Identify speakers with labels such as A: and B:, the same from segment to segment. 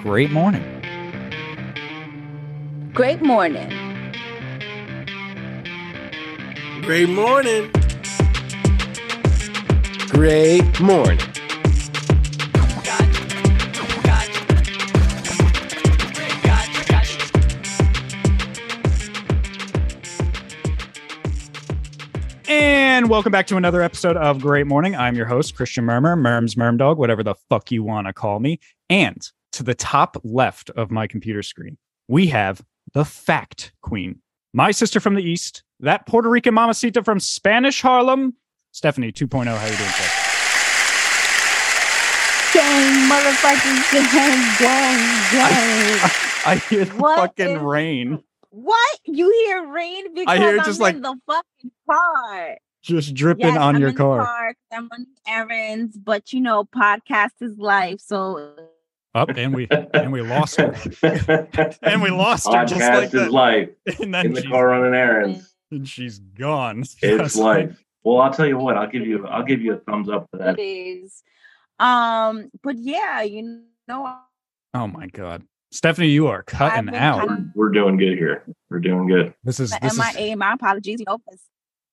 A: great morning.
B: Great morning.
C: Great morning.
D: Great morning.
A: And welcome back to another episode of Great Morning. I'm your host, Christian Murmur, Merms Mermdog, whatever the fuck you want to call me. And to the top left of my computer screen, we have the Fact Queen, my sister from the East, that Puerto Rican mamacita from Spanish Harlem, Stephanie 2.0. How you doing, Steph?
B: Gang, motherfucking gang, gang, gang.
A: I hear the
B: What
A: fucking
B: is-
A: rain
B: What? You hear rain because I
A: hear
B: am
A: just
B: in
A: like-
B: the fucking car.
A: just dripping
B: Yes,
A: on
B: I'm
A: your
B: in the
A: car.
B: car 'cause I'm running errands, but you know, podcast is life. So
A: Up and we and we lost her. And we lost her just like
E: Podcast is
A: that.
E: life
A: And then
E: in the
A: she's,
E: car running errands.
A: and she's gone.
E: It's life. Well, I'll tell you what. I'll give you. I'll give you a thumbs up for that.
B: it is. Um, but yeah, you know,
A: Oh my god. Stephanie, you are cutting
B: been
A: out.
B: cut-
E: We're, we're doing good here. We're doing good.
A: This is this is
B: MIA, my apologies. You know, 'cause-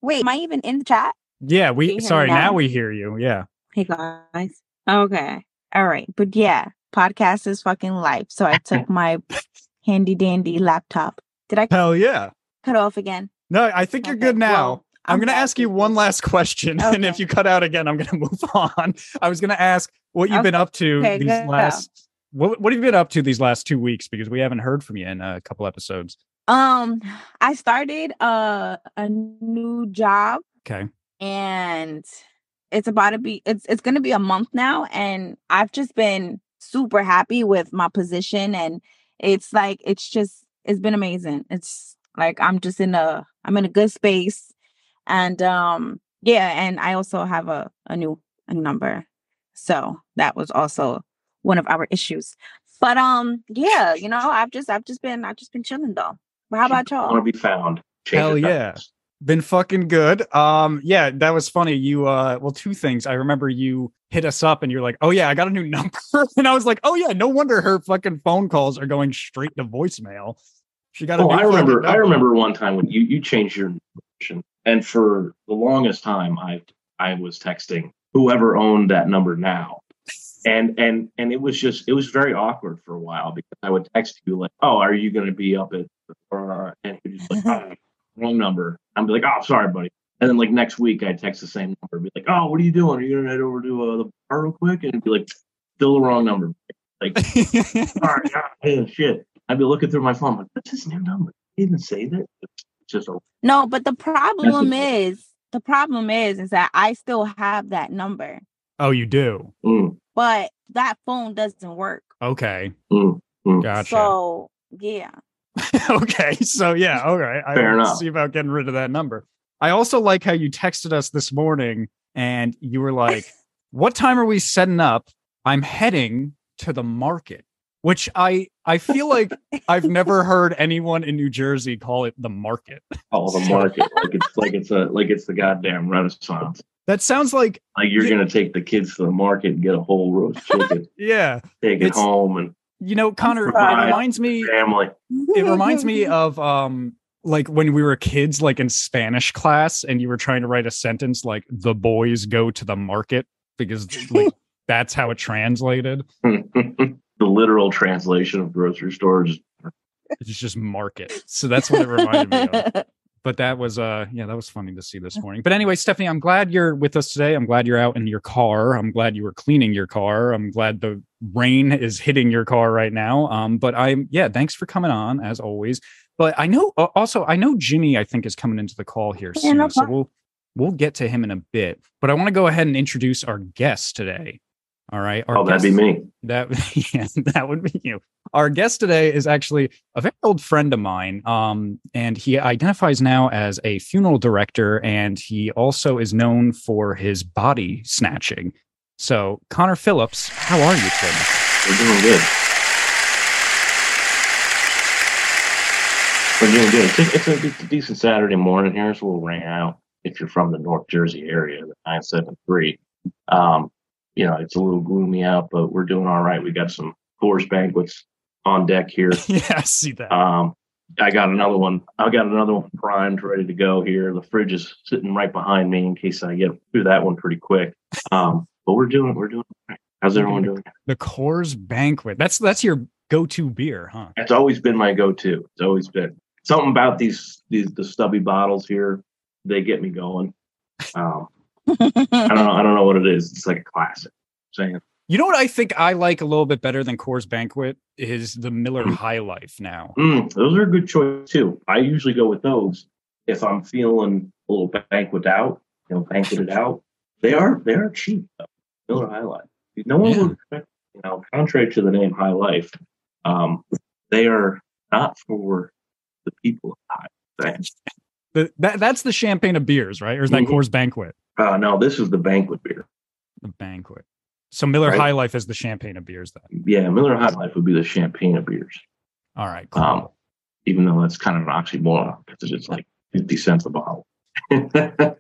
B: wait, am I even in the chat?
A: yeah.
B: Can
A: We
B: you hear me
A: sorry now
B: now?
A: we hear you. Yeah,
B: Hey guys. Okay. All right. But yeah, podcast is fucking life. So I took my handy dandy laptop. Did I
A: hell yeah.
B: cut off again?
A: No, I think you're
B: Okay,
A: good now.
B: well,
A: I'm, gonna
B: back,
A: ask you
B: people.
A: one last question, and if
B: Okay.
A: you cut out again, I'm gonna move on. I was gonna ask what you've been up to
B: Okay,
A: these
B: good.
A: last. What, what have you been up to these last two weeks? Because we haven't heard from you in a couple episodes.
B: Um, I started uh, a new job
A: Okay.
B: and it's about to be it's it's going to be a month now and I've just been super happy with my position and it's like it's just it's been amazing. It's like I'm just in a I'm in a good space and um yeah and I also have a a new a new number. So that was also one of our issues. But um yeah, you know, I've just I've just been I've just been chilling though. But how about y'all?
E: Want to be found? Change
A: Hell
E: it back.
A: yeah. Been fucking good. Um, yeah, that was funny. You uh well, two things. I remember you hit us up and you're like, Oh yeah, I got a new number. and I was like, Oh yeah, no wonder her fucking phone calls are going straight to voicemail. She got a
E: Oh,
A: new
E: I
A: fucking
E: remember. I
A: number.
E: remember one time when you you changed your position, and for the longest time, I I was texting whoever owned that number now, and and and it was just it was very awkward for a while because I would text you like, "Oh, are you going to be up at?" Or, and you're just like, oh, "Wrong number." I'm like, "Oh, sorry, buddy." And then like next week, I text the same number, be like, "Oh, what are you doing? Are you going to head over to uh, the bar real quick?" And it'd be like, "Still the wrong number." Like, all right, yeah, yeah, oh, shit. I'd be looking through my phone, like, what's his new number? He didn't say that. It's just a
B: No, but the problem
E: okay.
B: is the problem is is that I still have that number,
A: oh, you do.
E: mm,
B: but that phone doesn't work.
A: Okay.
E: mm, mm.
A: Gotcha.
B: So yeah.
A: okay. So yeah, all right. I
E: Fair
A: will
E: enough.
A: see about getting rid of that number. I also like how you texted us this morning and you were like, What time are we setting up? I'm heading to the market, which I I feel like I've never heard anyone in New Jersey call it the market.
E: All the market, like it's like it's a like it's the goddamn Renaissance.
A: That sounds like
E: Like you're
A: Yeah.
E: gonna take the kids to the market and get a whole roast chicken,
A: yeah.
E: take
A: It's-
E: it home, and
A: You know, Connor, it
E: sorry.
A: reminds me
E: family.
A: it reminds me of um like when we were kids like in spanish class and you were trying to write a sentence like the boys go to the market because like that's how it translated
E: the literal translation of grocery stores.
A: it's just market so that's what it reminded me of but that was uh yeah that was funny to see this
B: Uh-huh.
A: morning but anyway stephanie i'm glad you're with us today i'm glad you're out in your car i'm glad you were cleaning your car i'm glad the rain is hitting your car right now um but i'm yeah thanks for coming on as always but i know uh, also i know jimmy i think is coming into the call here
B: Yeah,
A: soon
B: no
A: so
B: problem.
A: we'll we'll get to him in a bit but i want to go ahead and introduce our guest today all right our
E: Oh, that'd be
A: guest-
E: me.
A: that yeah, that would be you. Our guest today is actually a very old friend of mine, um, and he identifies now as a funeral director, and he also is known for his body snatching. So, Connor Phillips, how are you today?
E: We're doing good. We're doing good. It's a, it's a, it's a decent Saturday morning here. It's a little rain out. If you're from the North Jersey area, the 973, um, you know, it's a little gloomy out, but we're doing all right. We got some Coors Banquets on deck here.
A: yeah, I see that.
E: Um, I got another one. I got another one primed, ready to go here. The fridge is sitting right behind me in case I get through that one pretty quick. Um, but we're doing, we're doing. all right. How's everyone doing?
A: the Coors Banquet. That's that's your go-to beer, huh?
E: It's always been my go-to. It's always been something about these these the stubby bottles here. They get me going. Um, I don't know. I don't know what it is. It's like a classic. Saying
A: You know what I think I like a little bit better than Coors Banquet is the Miller High Life now.
E: mm, those are a good choice too. I usually go with those if I'm feeling a little banquet out. You know, banqueted out. They are they are cheap though. Miller High Life. No one
A: Yeah.
E: would expect. You know, contrary to the name High Life, um, they are not for the people of High. Life.
A: The, that, that's the champagne of beers, right? Or is that
E: Mhm.
A: Coors Banquet?
E: Uh, no, this is the banquet beer.
A: The banquet. So Miller
E: Right.
A: High Life is the champagne of beers then.
E: Yeah, Miller High Life would be the champagne of beers,
A: All right, cool.
E: Um, even though that's kind of an oxymoron because it's like 50 cents a bottle. yeah,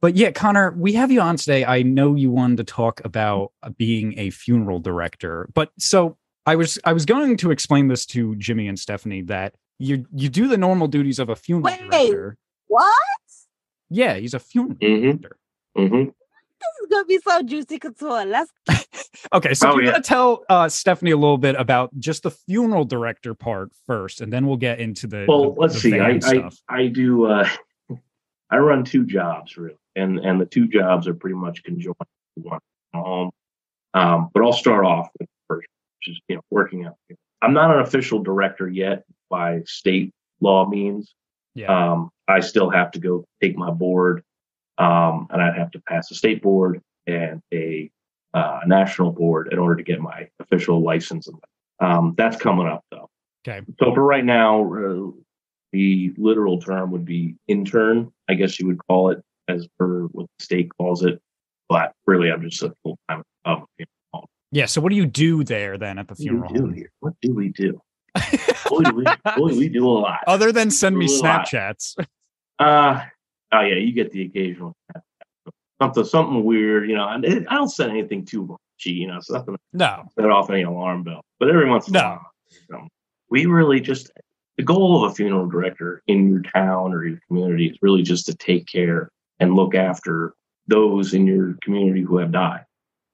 A: But yeah, Connor, we have you on today. I know you wanted to talk about being a funeral director, but so I was I was going to explain this to Jimmy and Stephanie that you you do the normal duties of a funeral
B: Wait.
A: director.
B: what?
A: Yeah, he's a funeral
E: Mhm.
A: director.
E: hmm
B: This is gonna be so juicy couture. Let's
A: Okay, so
E: Oh,
A: do you
E: yeah.
A: want to tell uh, Stephanie a little bit about just the funeral director part first, and then we'll get into the
E: Well,
A: the-
E: let's
A: the
E: see.
A: van
E: I, I
A: stuff.
E: I do. Uh, I run two jobs really, and and the two jobs are pretty much conjoined to one home. Um, but I'll start off with the first, which is you know working out. I'm not an official director yet by state law means.
A: yeah,
E: um, I still have to go take my board, um, and I'd have to pass a state board and a uh, national board in order to get my official license. Um, that's coming up though.
A: Okay.
E: So for right now, uh, the literal term would be intern, I guess you would call it, as per what the state calls it. But really, I'm just a full time. Um, you
A: yeah. So, what do you do there then at the
E: know, what
A: funeral?
E: do we do
A: home?
E: here? What do we do? Boy, do we, boy, we do a lot.
A: Other than send me
E: A lot.
A: Snapchats,
E: Uh oh yeah, you get the occasional something something weird, you know. And it, I don't set anything too much, you know. It's nothing to
A: no.
E: set off any alarm bell, but every once in
A: No.
E: a while, you know, we really just the goal of a funeral director in your town or your community is really just to take care and look after those in your community who have died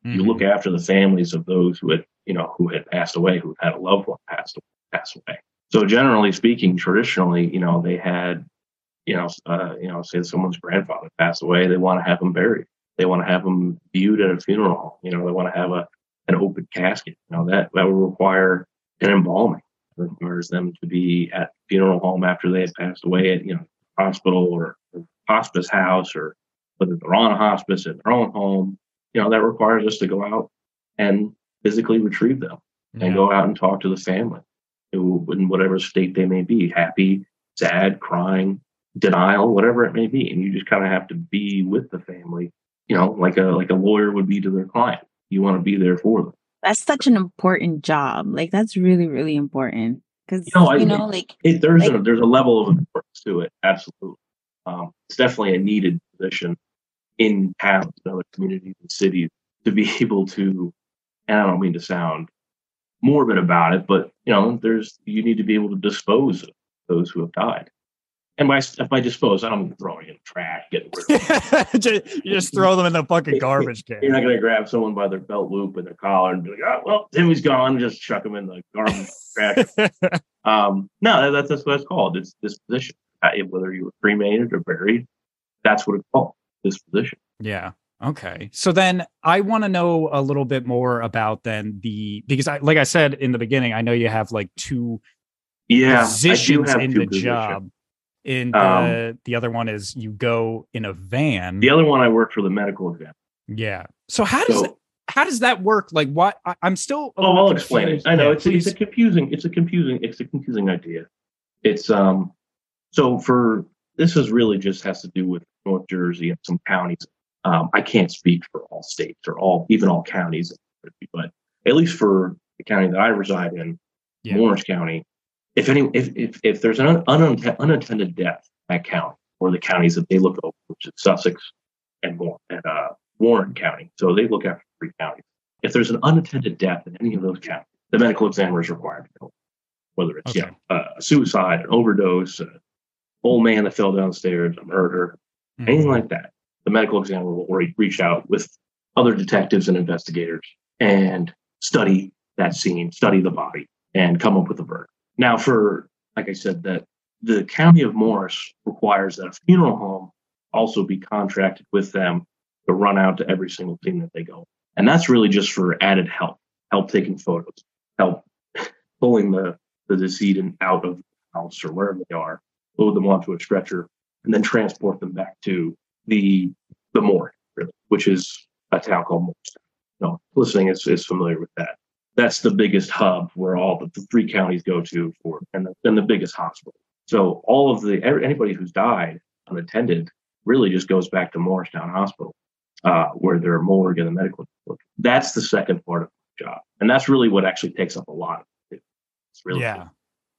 E: you look after the families of those who had you know who had passed away who had a loved one passed pass away so generally speaking traditionally you know they had you know uh, you know say someone's grandfather passed away they want to have them buried they want to have them viewed at a funeral home you know they want to have a an open casket you know that that would require an embalming it requires them to be at funeral home after they had passed away at you know hospital or hospice house or whether they're on hospice in their own home you know that requires us to go out and physically retrieve them
A: Yeah.
E: and go out and talk to the family who in whatever state they may be happy sad crying denial whatever it may be and you just kind of have to be with the family you know like a like a lawyer would be to their client you want to be there for them
B: that's such an important job. Like that's really, really important. Because
E: You know, I-
B: you know, like
E: it, there's a
B: Like-
E: there's a level of importance to it. Absolutely, um, it's definitely a needed position in towns, and other communities, and cities to be able to. And I don't mean to sound morbid about it, but you know, there's you need to be able to dispose of those who have died. And by if I dispose, I don't mean throwing it in the trash, getting rid of. Them.
A: Ju- you just throw them in the fucking garbage can.
E: You're not going to grab someone by their belt loop and their collar and be like, "Oh, well, Timmy's gone." Just chuck them in the garbage trash um, no, that, that's what it's called. It's disposition. Uh, it- Whether you were cremated or buried, that's what it's called. Disposition.
A: Yeah. Okay. So then I want to know a little bit more about then the because I like I said in the beginning, I know you have like two
E: Yeah,
A: positions in the
E: positions.
A: job. In
E: Um,
A: the the other one is you go in a van.
E: The other one, I work for the medical exam.
A: Yeah. So how does
E: So-
A: how does that work? Like what I, I'm still a
E: Oh,
A: little
E: I'll explain it.
A: confused.
E: I know
A: Yeah,
E: it's, it's
A: please.
E: a confusing. It's a confusing. It's a confusing idea. It's um. So for this is really just has to do with North Jersey and some counties. Um, I can't speak for all states or all even all counties, but at least for the county that I reside in,
A: Yeah.
E: Orange County, if any if if, if there's an un, un, unattended death in that county or the counties that they look over, which is Sussex and Warren, and uh, Warren County, so they look after three counties if there's an unattended death in any of those counties, the medical examiner is required to know whether it's
A: Okay.
E: yeah, uh, suicide, an overdose, an old man that fell downstairs, a murder,
A: Hmm.
E: anything like that. The medical examiner will re- reach out with other detectives and investigators and study that scene, study the body, and come up with a verdict. Now, for like I said, that the county of Morris requires that a funeral home also be contracted with them to run out to every single thing that they go, and that's really just for added help, help taking photos, help pulling the the decedent out of the house or wherever they are, load them onto a stretcher, and then transport them back to the the morgue, really, which is a town called Morristown. No, listening is, is familiar with that. That's the biggest hub where all the, the three counties go to for, and the, and the biggest hospital. So all of the every, anybody who's died unattended really just goes back to Morristown Hospital, uh, where their morgue and the medical. That's the second part of the job, and that's really what actually takes up a lot of it. It's really
A: yeah.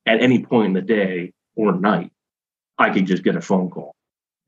E: at any point in the day or night, I could just get a phone call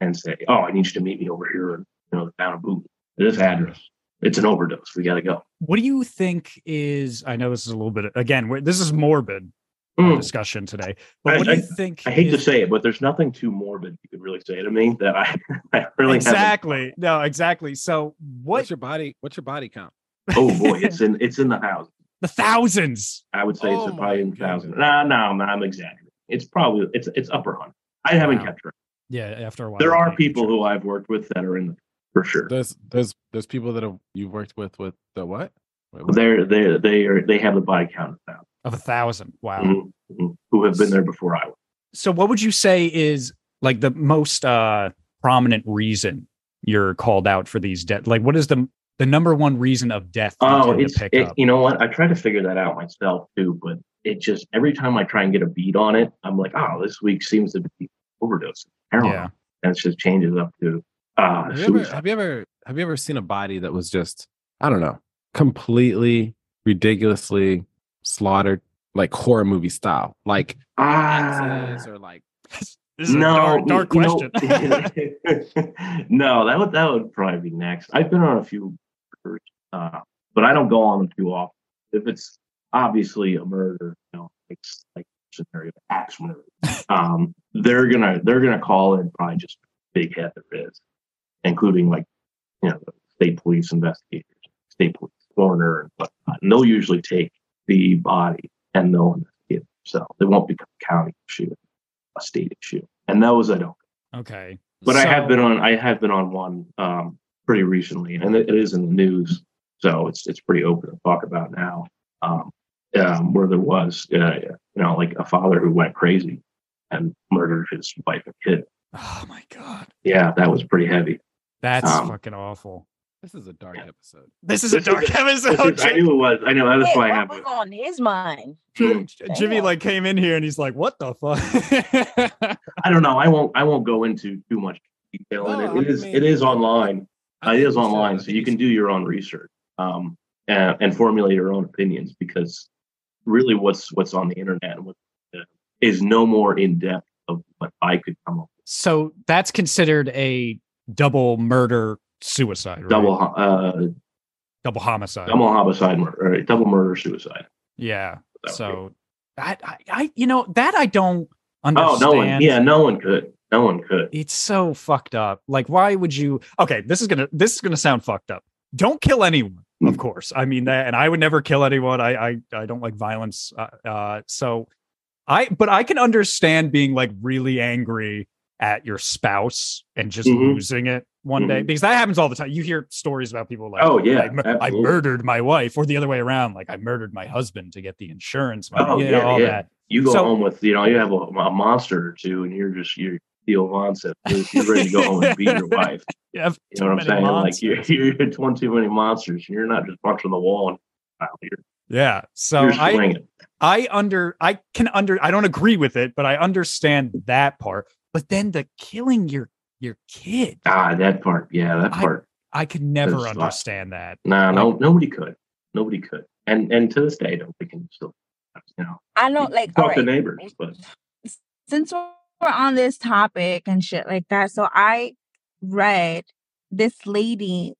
E: and say, "Oh, I need you to meet me over here, in, you know, the town of Boone, at this address. It's an overdose. We got to go."
A: What do you think is? I know this is a little bit again. We're, this is morbid our
E: Mm.
A: discussion today. But
E: I-
A: what do you think?
E: I hate to
A: is-
E: say it, but there's nothing too morbid you could really say to me that I, I really
A: exactly. No, exactly. So
D: What's
A: what?
D: your body? What's your body count?
E: haven't. Oh boy, it's in it's in the house.
A: The thousands.
E: I would say
D: Oh,
E: it's probably in
D: my
E: the thousand.
D: goodness.
E: Nah, nah, nah, I'm exaggerating. It's probably it's it's upper hundred. I haven't
A: Wow.
E: kept track.
A: Yeah. After a while,
E: There
A: I
E: are
A: think, for
E: people
A: sure.
E: who I've worked with that are in the, for sure.
D: There's there's there's people that have, you've worked with with the what? Wait, what?
E: They're they they are they have the body count now.
A: of a thousand. Wow.
E: Mhm, mhm, who have been there before I was.
A: So what would you say is like the most uh prominent reason you're called out for these deaths? Like what is the the number one reason of death you
E: Oh,
A: tend to
E: it's
A: pick
E: it,
A: up?
E: you know what? I try to figure that out myself too, but it just every time I try and get a beat on it, I'm like, oh, this week seems to be overdose heroin,
A: Yeah.
E: and it just changes up to uh,
D: Have you, ever,
E: suicide.
D: have you ever have you ever seen a body that was just I don't know completely ridiculously slaughtered like horror movie style like
E: Ah,
D: axes or like
A: This is a dark, dark
E: you
A: question.
E: know- no, that would that would probably be next. I've been on a few, murders, uh, but I don't go on them too often. If it's obviously a murder, you know, like like scenario axe murder, um, they're gonna they're gonna call in probably just big head there is, including like you know the state police investigators, state police coroner, and whatnot. And they'll usually take the body and they'll investigate. So they won't become a county issue, a state issue, and those I don't
A: okay.
E: but I
A: So-
E: have been on I have been on one um, pretty recently, and it, it is in the news, so it's it's pretty open to talk about now. Um, um, where there was uh, you know like a father who went crazy and murdered his wife and kid.
A: Oh my god.
E: Yeah, that was pretty heavy.
A: That's
E: Um,
A: fucking awful.
D: this is a dark episode.
A: This is
E: this
A: a
E: is-
A: dark
E: This
A: episode.
E: is- I knew it was. I know that's why I
B: What
E: have
B: was
E: it.
B: on his mind?
A: Jim-
B: Damn.
A: Jimmy like came in here and he's like, "What the fuck?"
E: I don't know. I won't. I won't go into too much detail.
D: No,
E: in
D: Oh, I
E: it it is.
D: mean-
E: it is online.
D: I
E: it
D: think
E: is
D: we should- I
E: online, so
D: think
E: you
D: we
E: can
D: should-
E: do your own research um, and, and formulate your own opinions. Because really, what's what's on the internet and what uh, is no more in depth of what I could come up
A: so that's considered a double murder suicide, right?
E: with. double ho- uh,
A: double homicide.
E: double homicide murder, or double murder suicide.
A: Yeah.
E: That would
A: So I, I, I, you know, that I don't
E: be- oh,
A: understand.
E: no one. Yeah, no one could. No one could.
A: It's so fucked up. Like, why would you? Okay, this is gonna, this is gonna sound fucked up. Don't kill anyone, of
E: Mm.
A: course. I mean that, and I would never kill anyone. I, I, I don't like violence. Uh, uh, so I, but I can understand being like really angry at your spouse and just
E: Mhm.
A: losing it one day because that happens all the time. You hear stories about people like,
E: Mm-hmm. Oh, yeah,
A: I, mur- I
E: absolutely.
A: murdered my wife, or the other way around, like I murdered my husband to get the insurance money.
E: Oh,
A: you know,
E: yeah,
A: all
E: yeah.
A: that.
E: You go
A: So-
E: home with you know you have a, a monster or two, and you're just you're Theo Von Sip. You're, you're ready to go home and beat your wife.
A: You have
E: You know what I'm
A: too many
E: saying?
A: monsters.
E: Like you're, you're one too many monsters. You're not just punching the wall. And, you're,
A: Yeah. So
E: you're
A: I
E: swinging.
A: I under I can under I don't agree with it, but I understand that part. But then the killing your your kid,
E: Ah, that part. Yeah, that
A: I-
E: part.
A: I could never
E: That's not-
A: understand that.
E: nah, no, nobody could. Nobody could. And and to this day, nobody can still. You know,
B: I know,
E: you
B: like, all
E: talk to
B: right.
E: neighbors, but
B: since we're we're on this topic and shit like that, so I read this lady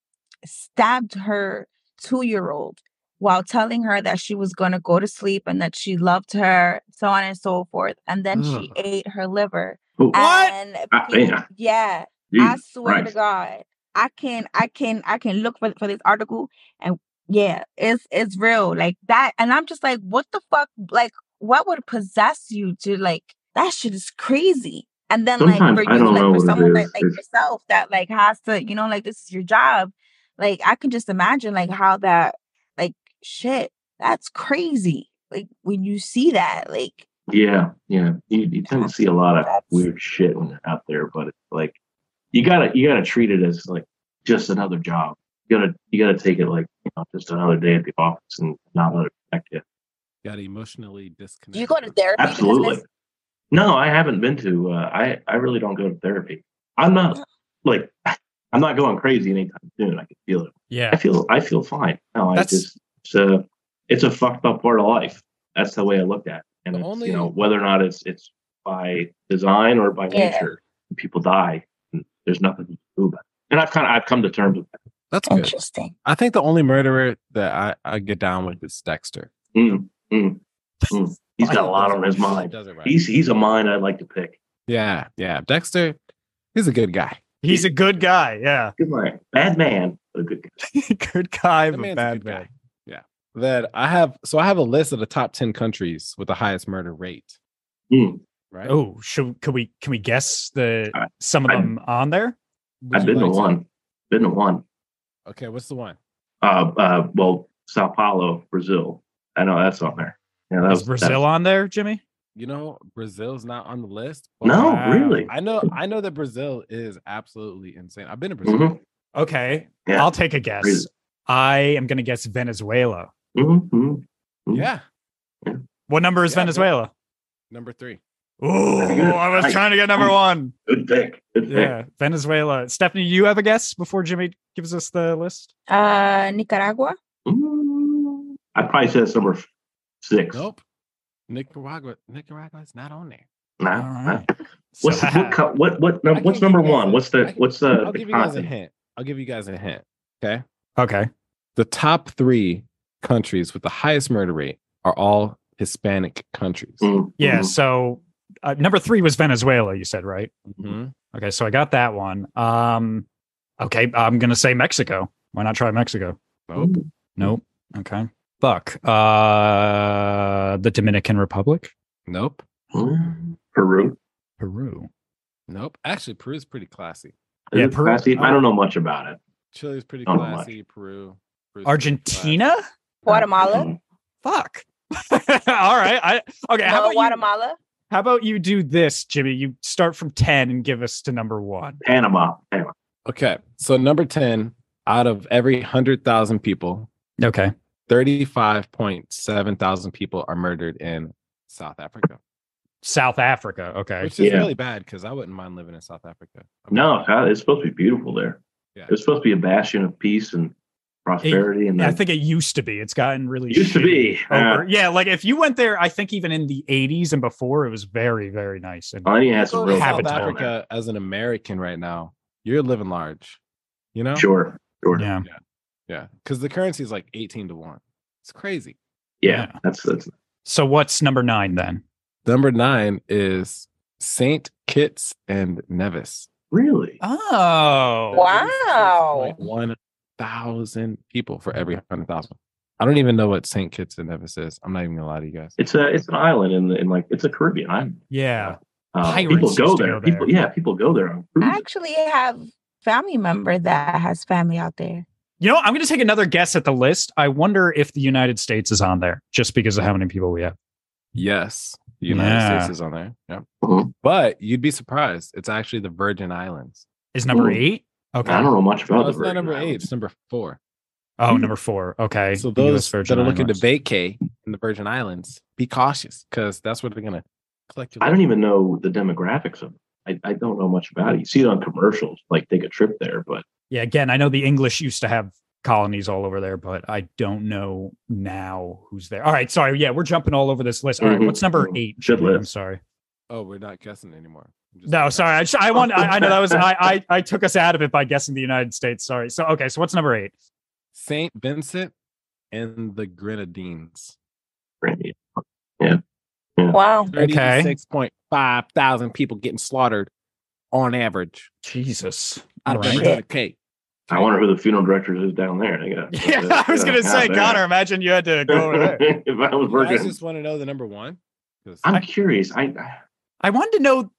B: stabbed her two year old while telling her that she was going to go to sleep and that she loved her, so on and so forth. And then she
D: Ugh.
B: ate her liver.
E: Ooh,
B: And
E: Ah,
B: pe-
E: yeah.
B: yeah, I
E: Jesus
B: swear to
E: Christ.
B: God, I can, I can, I can look for for this article, and yeah, it's it's real like that. And I'm just like, what the fuck? Like, what would possess you to like that? Shit is crazy. And then
E: Sometimes
B: like for
E: I
B: you,
E: don't
B: like
E: know
B: for
E: what it
B: someone like,
E: is.
B: like
E: It's-
B: yourself that like has to, you know, like this is your job. Like I can just imagine like how that, like shit, that's crazy. Like when you see that, like
E: Yeah, yeah. You, you tend to see a lot of
B: That's-
E: weird shit when you're out there, but it's like you gotta you gotta treat it as like just another job. You gotta you gotta take it like you know just another day at the office and not let it affect you.
D: Got emotionally disconnected.
B: do you go to therapy? because of this?
E: Absolutely. No, I haven't been to. Uh, I I really don't go to therapy. I'm not like I'm not going crazy anytime soon. I can feel it. I
F: Yeah.
E: feel I feel fine. No, I
F: That's-
E: just it's a it's a fucked up part of life. That's the way I look at it. And
D: The
E: it's,
D: only-
E: you know whether or not it's it's by design or by
B: Yeah.
E: nature, people die. And there's nothing you can do about it. And I've kind of I've come to terms with that.
D: That's good.
B: Interesting.
D: I think the only murderer that I, I get down with is Dexter.
E: Mm, mm, mm. He's got a lot on his mind.
D: Does it right.
E: He's he's a mind I'd like to pick.
D: yeah, yeah. Dexter, he's a good guy.
A: He's a good guy. Yeah.
E: Good man, bad man, but a good guy.
A: good guy,
D: That
A: but
D: man's a
A: bad
D: good guy.
A: man.
D: Yeah. That I have so I have a list of the top ten countries with the highest murder rate.
E: Mm.
D: Right.
A: Oh, should can we can we guess the
E: I-
A: some of
E: I-
A: them on there?
D: Would
E: I've
D: you
E: been to
D: like
E: one. Been to one.
D: Okay, what's the one?
E: Uh, uh, well, Sao Paulo, Brazil. I know that's on there. Yeah, that
F: Is
E: was-
F: Brazil
E: that's-
F: on there, Jimmy?
D: You know, Brazil's not on the list. but
E: No,
F: Wow.
E: really.
D: I know I know that Brazil is absolutely insane. I've been to Brazil.
E: Mhm.
A: Okay.
E: Yeah.
A: I'll take a guess.
E: Crazy.
A: I am gonna guess Venezuela.
E: Mm-hmm. Mhm.
D: Yeah.
A: What number is
D: Yeah,
A: Venezuela?
D: Number three.
A: Ooh, I was
E: Nice.
A: trying to get number
E: Nice.
A: one.
E: Good pick. Good pick.
A: Yeah, Venezuela. Stephanie, you have a guess before Jimmy gives us the list?
B: Uh, Nicaragua.
E: Mm, I probably said it's number f- six.
D: Nope. Nicaragua Nicaragua's not on there.
E: Nah,
F: All
E: nah.
F: right.
E: What's
A: So-
E: what, co- what what
D: I
E: num-
D: can
E: what's
D: give
E: number
D: you guys
E: one?
D: a-
E: What's
D: I
E: the
D: can-
E: what's the,
D: I'll
E: the
D: give you guys a
E: continent?
D: hint. I'll give you guys a hint. Okay.
A: okay.
D: The top three countries with the highest murder rate are all Hispanic countries.
E: Mm,
A: Yeah.
E: mm,
A: So uh, number three was Venezuela, you said, right?
D: Mhm.
A: Okay. So I got that one. Um, okay. I'm going to say Mexico. Why not try Mexico?
D: Nope.
E: mm.
A: Nope. Okay. Fuck. Uh, the Dominican Republic,
D: Mm-hmm. Nope.
E: Mm. Peru.
A: Peru.
D: Nope. Actually, Peru's pretty classy.
E: Is
A: Yeah,
E: it
A: Peru-
E: classy? I don't know much about it.
D: Chile's pretty
E: Not much.
D: classy. Peru. Peru's pretty
A: Argentina?
E: Mm-hmm.
B: Guatemala.
A: Fuck. All right. I okay.
B: No,
A: how about you,
B: Guatemala.
A: How about you do this, Jimmy? You start from 10 and give us to number one.
E: Panama. Panama.
D: Okay. So number 10 out of every 100,000 people,
A: Okay.
D: 35.7 thousand people are murdered in South Africa,
A: South Africa. Okay.
D: which is
E: Yeah.
D: really bad because I wouldn't mind living in South Africa.
E: No, God, it's supposed to be beautiful there.
D: Yeah.
E: It's supposed to be a bastion of peace and prosperity. and
A: Yeah, I
E: then-
A: think it used to be. It's gotten really
E: Used to
A: shitty
E: be, yeah.
A: over- Yeah. Like if you went there, I think even in the 80s and before, it was very, very nice. And
E: Melania has
D: Go
E: some
D: to
E: real
D: South
E: habits.
A: habitat.
E: on there.
D: Africa as an American right now, you're living large. You know?
E: Sure. Sure.
A: yeah.
D: Yeah. Because the currency is like 18 to 1. It's crazy.
E: Yeah,
A: Yeah.
E: that's that's
A: So what's number nine then?
D: Number nine is Saint Kitts and Nevis.
A: Uh,
E: really
A: Oh.
B: What? Wow.
D: One thousand people for every hundred thousand. I don't even know what Saint Kitts and Nevis is. I'm not even gonna lie to you guys.
E: it's a it's an island in the in like it's a Caribbean island.
A: Yeah.
E: Uh,
A: Pirates
E: people
A: used
E: go
A: to
E: there.
A: go
E: People,
A: there.
E: yeah, people go there on
B: I
E: cruises.
B: actually have family member that has family out there.
A: You know, what? I'm going to take another guess at the list. I wonder if the United States is on there just because of how many people we have.
D: Yes, the United
A: Yeah.
D: States is on there. Yeah,
E: Mhm.
D: but you'd be surprised. It's actually the Virgin Islands.
A: Is number
E: Ooh.
A: eight? Okay.
E: I don't know much about
D: No,
E: the
D: it's not
E: Virgin
D: number eight.
E: Islands.
D: It's number four.
A: Oh, number four. Okay.
D: So
A: The US
D: those that
A: Virgin
D: are looking
A: Islands.
D: to vacay in the Virgin Islands, be cautious because that's where they're gonna collect. your
E: I don't
D: money.
E: even know the demographics of it. I, I don't know much about it. You see it on commercials, like take a trip there, but
A: Yeah, again, I know the English used to have colonies all over there, but I don't know now who's there. All right, sorry. Yeah, we're jumping all over this list. All right,
E: Mhm,
A: what's number
E: mhm.
A: eight?
E: Good
A: Jimmy? I'm
E: list.
A: sorry.
D: Oh, we're not guessing anymore. I'm just-
A: No, sorry. I, sh- I want. I, I know that was. I, I I took us out of it by guessing the United States. Sorry. So okay. So what's number eight?
D: Saint Vincent and the Grenadines.
E: Randy.
B: Wow.
A: Okay.
D: Six point five thousand people getting slaughtered on average.
A: Jesus.
D: Out
A: All
D: of
A: right.
D: every hundred K.
E: I wonder who the funeral director is down there. They got-
A: Yeah, I was gonna
E: God
A: say,
E: damn.
A: Connor. Imagine you had to go over there.
E: if I was
D: You
E: working,
D: guys just want to know the number one. 'Cause
E: I'm curious. I, I
A: I wanted to know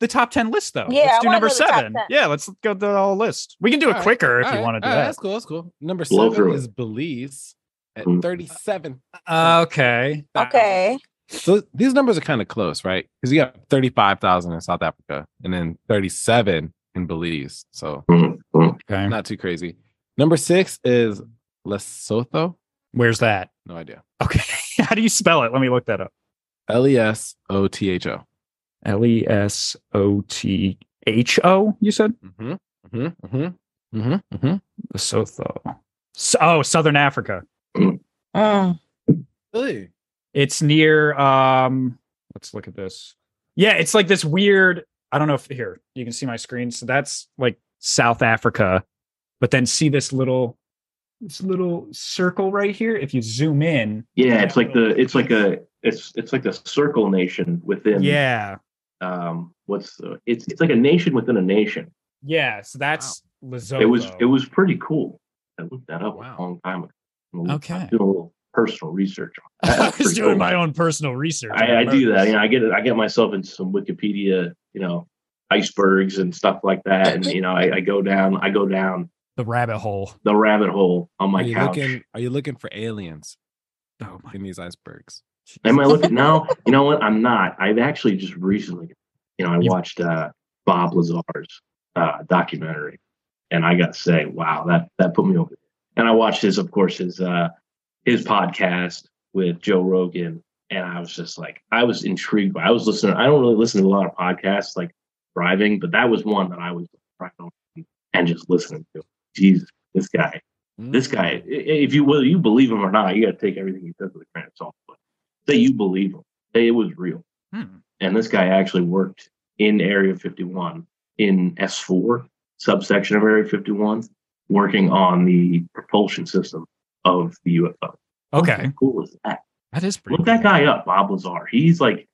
A: the top ten list though.
B: Yeah, I
A: let's do
B: wanna
A: number
B: know the top
A: seven.
B: 10.
A: Yeah, let's go through the whole list. We can do it
D: All right.
A: quicker if
D: All
A: you
D: right,
A: want to do
D: all right,
A: that.
D: That's cool. That's cool. Number
E: Blow
D: seven
E: through it.
D: is Belize at
E: Mm.
D: thirty-seven.
A: okay.
B: Okay.
D: So these numbers are kind of close, right? Because you got thirty-five thousand in South Africa and then thirty-seven in Belize. So
E: mm, mm.
A: Okay.
D: not too crazy. Number six is Lesotho.
A: Where's that?
D: No idea.
A: Okay. How do you spell it? Let me look that up.
D: L e s o t h o.
A: L E S O T H O. You said
D: Mm-hmm. Mm-hmm. Mm-hmm. Mm-hmm. Mm-hmm.
A: Lesotho. So, oh, Southern Africa.
B: Mm.
D: Really?
A: It's near. Um, let's look at this. Yeah, it's like this weird. I don't know if here you can see my screen. So that's like South Africa, but then see this little, this little circle right here. If you zoom in,
E: yeah, it's like the it's like a it's it's like the circle nation within.
A: yeah,
E: Um, what's the, it's it's like a nation within a nation.
A: yeah. So that's Lesotho.
E: It was it was pretty cool. I looked that up
D: Wow.
E: a long time ago. I'm a little-
A: Okay.
E: I'm doing a little personal research. On that.
A: I
E: That's
A: was
E: pretty
A: doing
E: cool.
A: my own personal research.
E: I,
A: on
E: I do that.
A: purpose.
E: You know, I get I get myself into some Wikipedia, you know, icebergs and stuff like that, and you know, I, I go down, I go down
A: the rabbit hole.
E: the rabbit hole on
D: Are
E: my
D: you
E: couch.
D: looking? Are you looking for aliens
A: Oh my.
D: in these icebergs?
E: Am I looking? no, you know what? I'm not. I've actually just recently, you know, I
A: You've-
E: watched uh, Bob Lazar's uh, documentary, and I got to say, wow, that that put me over. And I watched his, of course, his uh, his podcast with Joe Rogan, and I was just like, I was intrigued by. I was listening. I don't really listen to a lot of podcasts like driving, but that was one that I was driving on and just listening to. Jesus, this guy, this
D: Mm.
E: guy. i- i- If you whether you believe him or not, you got to take everything he says with a grain of salt. But that you believe him. That it was real.
A: Hmm.
E: And this guy actually worked in Area 51 in S4 subsection of Area 51, working on the propulsion system of the UFO.
A: Okay,
E: How cool is that?
A: that is pretty.
E: Look that guy up, Bob Lazar. He's like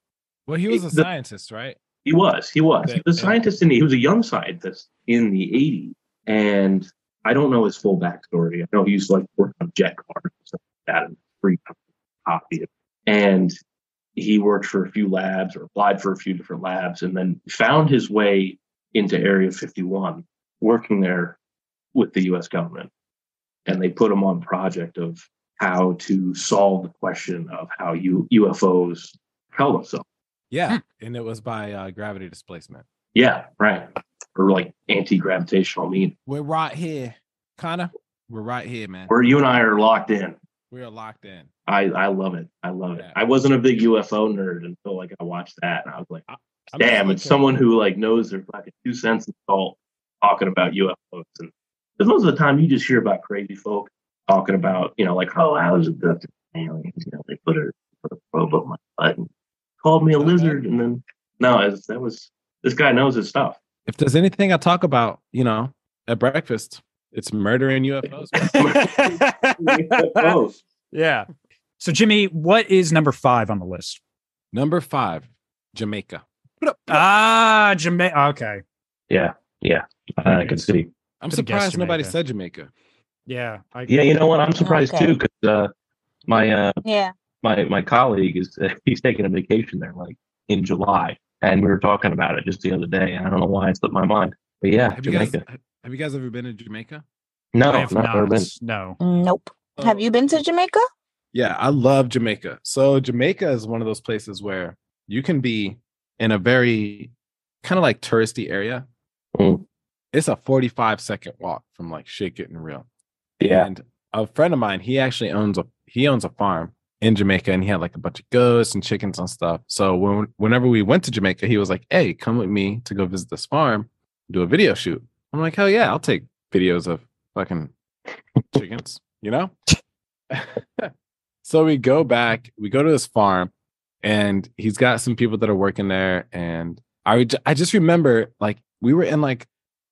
D: Well, he was a
E: The-
D: scientist, right?
E: he was. He was. He was a
D: Yeah.
E: scientist in the, he was a young scientist in the 80s. And I don't know his full backstory. I know he used to like work on jet cars and stuff like that and free copy. And he worked for a few labs or applied for a few different labs and then found his way into Area 51, working there with the US government. And they put him on a project of how to solve the question of how you UFOs propel themselves.
D: Yeah,
E: Hmm.
D: and it was by uh, gravity displacement.
E: Yeah, right. Or like anti gravitational mean,
D: We're right here, Connor. We're right here, man.
E: where you and I are locked in.
D: We are locked in.
E: I I love it. I love it.
D: Yeah.
E: I wasn't a big UFO nerd until like I watched that, and I was like,
D: I'm just
E: damn, it's
D: looking-
E: someone who like knows their fucking two cents in salt talking about UFOs. And because most of the time you just hear about crazy folk talking about you know like oh I was abducted by aliens. You know they put a, put a probe up my butt and called me a
D: Okay.
E: lizard, and then no, it's, that was this guy knows his stuff.
D: If there's anything I talk about, you know, at breakfast, it's murdering UFOs.
E: UFOs.
A: yeah. So Jimmy, what is number five on the list?
D: Number five, Jamaica.
A: Ah, Jamaica. Okay.
G: Yeah, yeah, I can see.
D: I'm
A: Could've guessed
D: surprised nobody
A: Jamaica.
D: said Jamaica.
A: Yeah. I,
G: Yeah, you know what? I'm surprised
B: Okay.
G: too because uh, my uh,
B: Yeah.
G: my my colleague is
E: uh,
G: he's taking a vacation there, like in July, and we were talking about it just the other day, and I don't know why it slipped my mind. But yeah,
D: Have you guys?
G: Jamaica.
D: Have you guys ever been to Jamaica?
G: no,
A: I have
G: not
A: not.
G: urban.
A: No.
B: Nope.
D: Oh.
B: Have you been to Jamaica?
D: Yeah, I love Jamaica. So Jamaica is one of those places where you can be in a very kind of like touristy area.
G: Mm.
D: It's a 45 second walk from like shit getting real.
G: Yeah,
D: And a friend of mine, he actually owns a he owns a farm in Jamaica and he had like a bunch of goats and chickens and stuff. So when whenever we went to Jamaica, he was like, Hey, come with me to go visit this farm, do a video shoot. I'm like, Hell yeah, I'll take videos of fucking chickens, you know? so we go back, we go to this farm, and he's got some people that are working there. And I would, I just remember like we were in like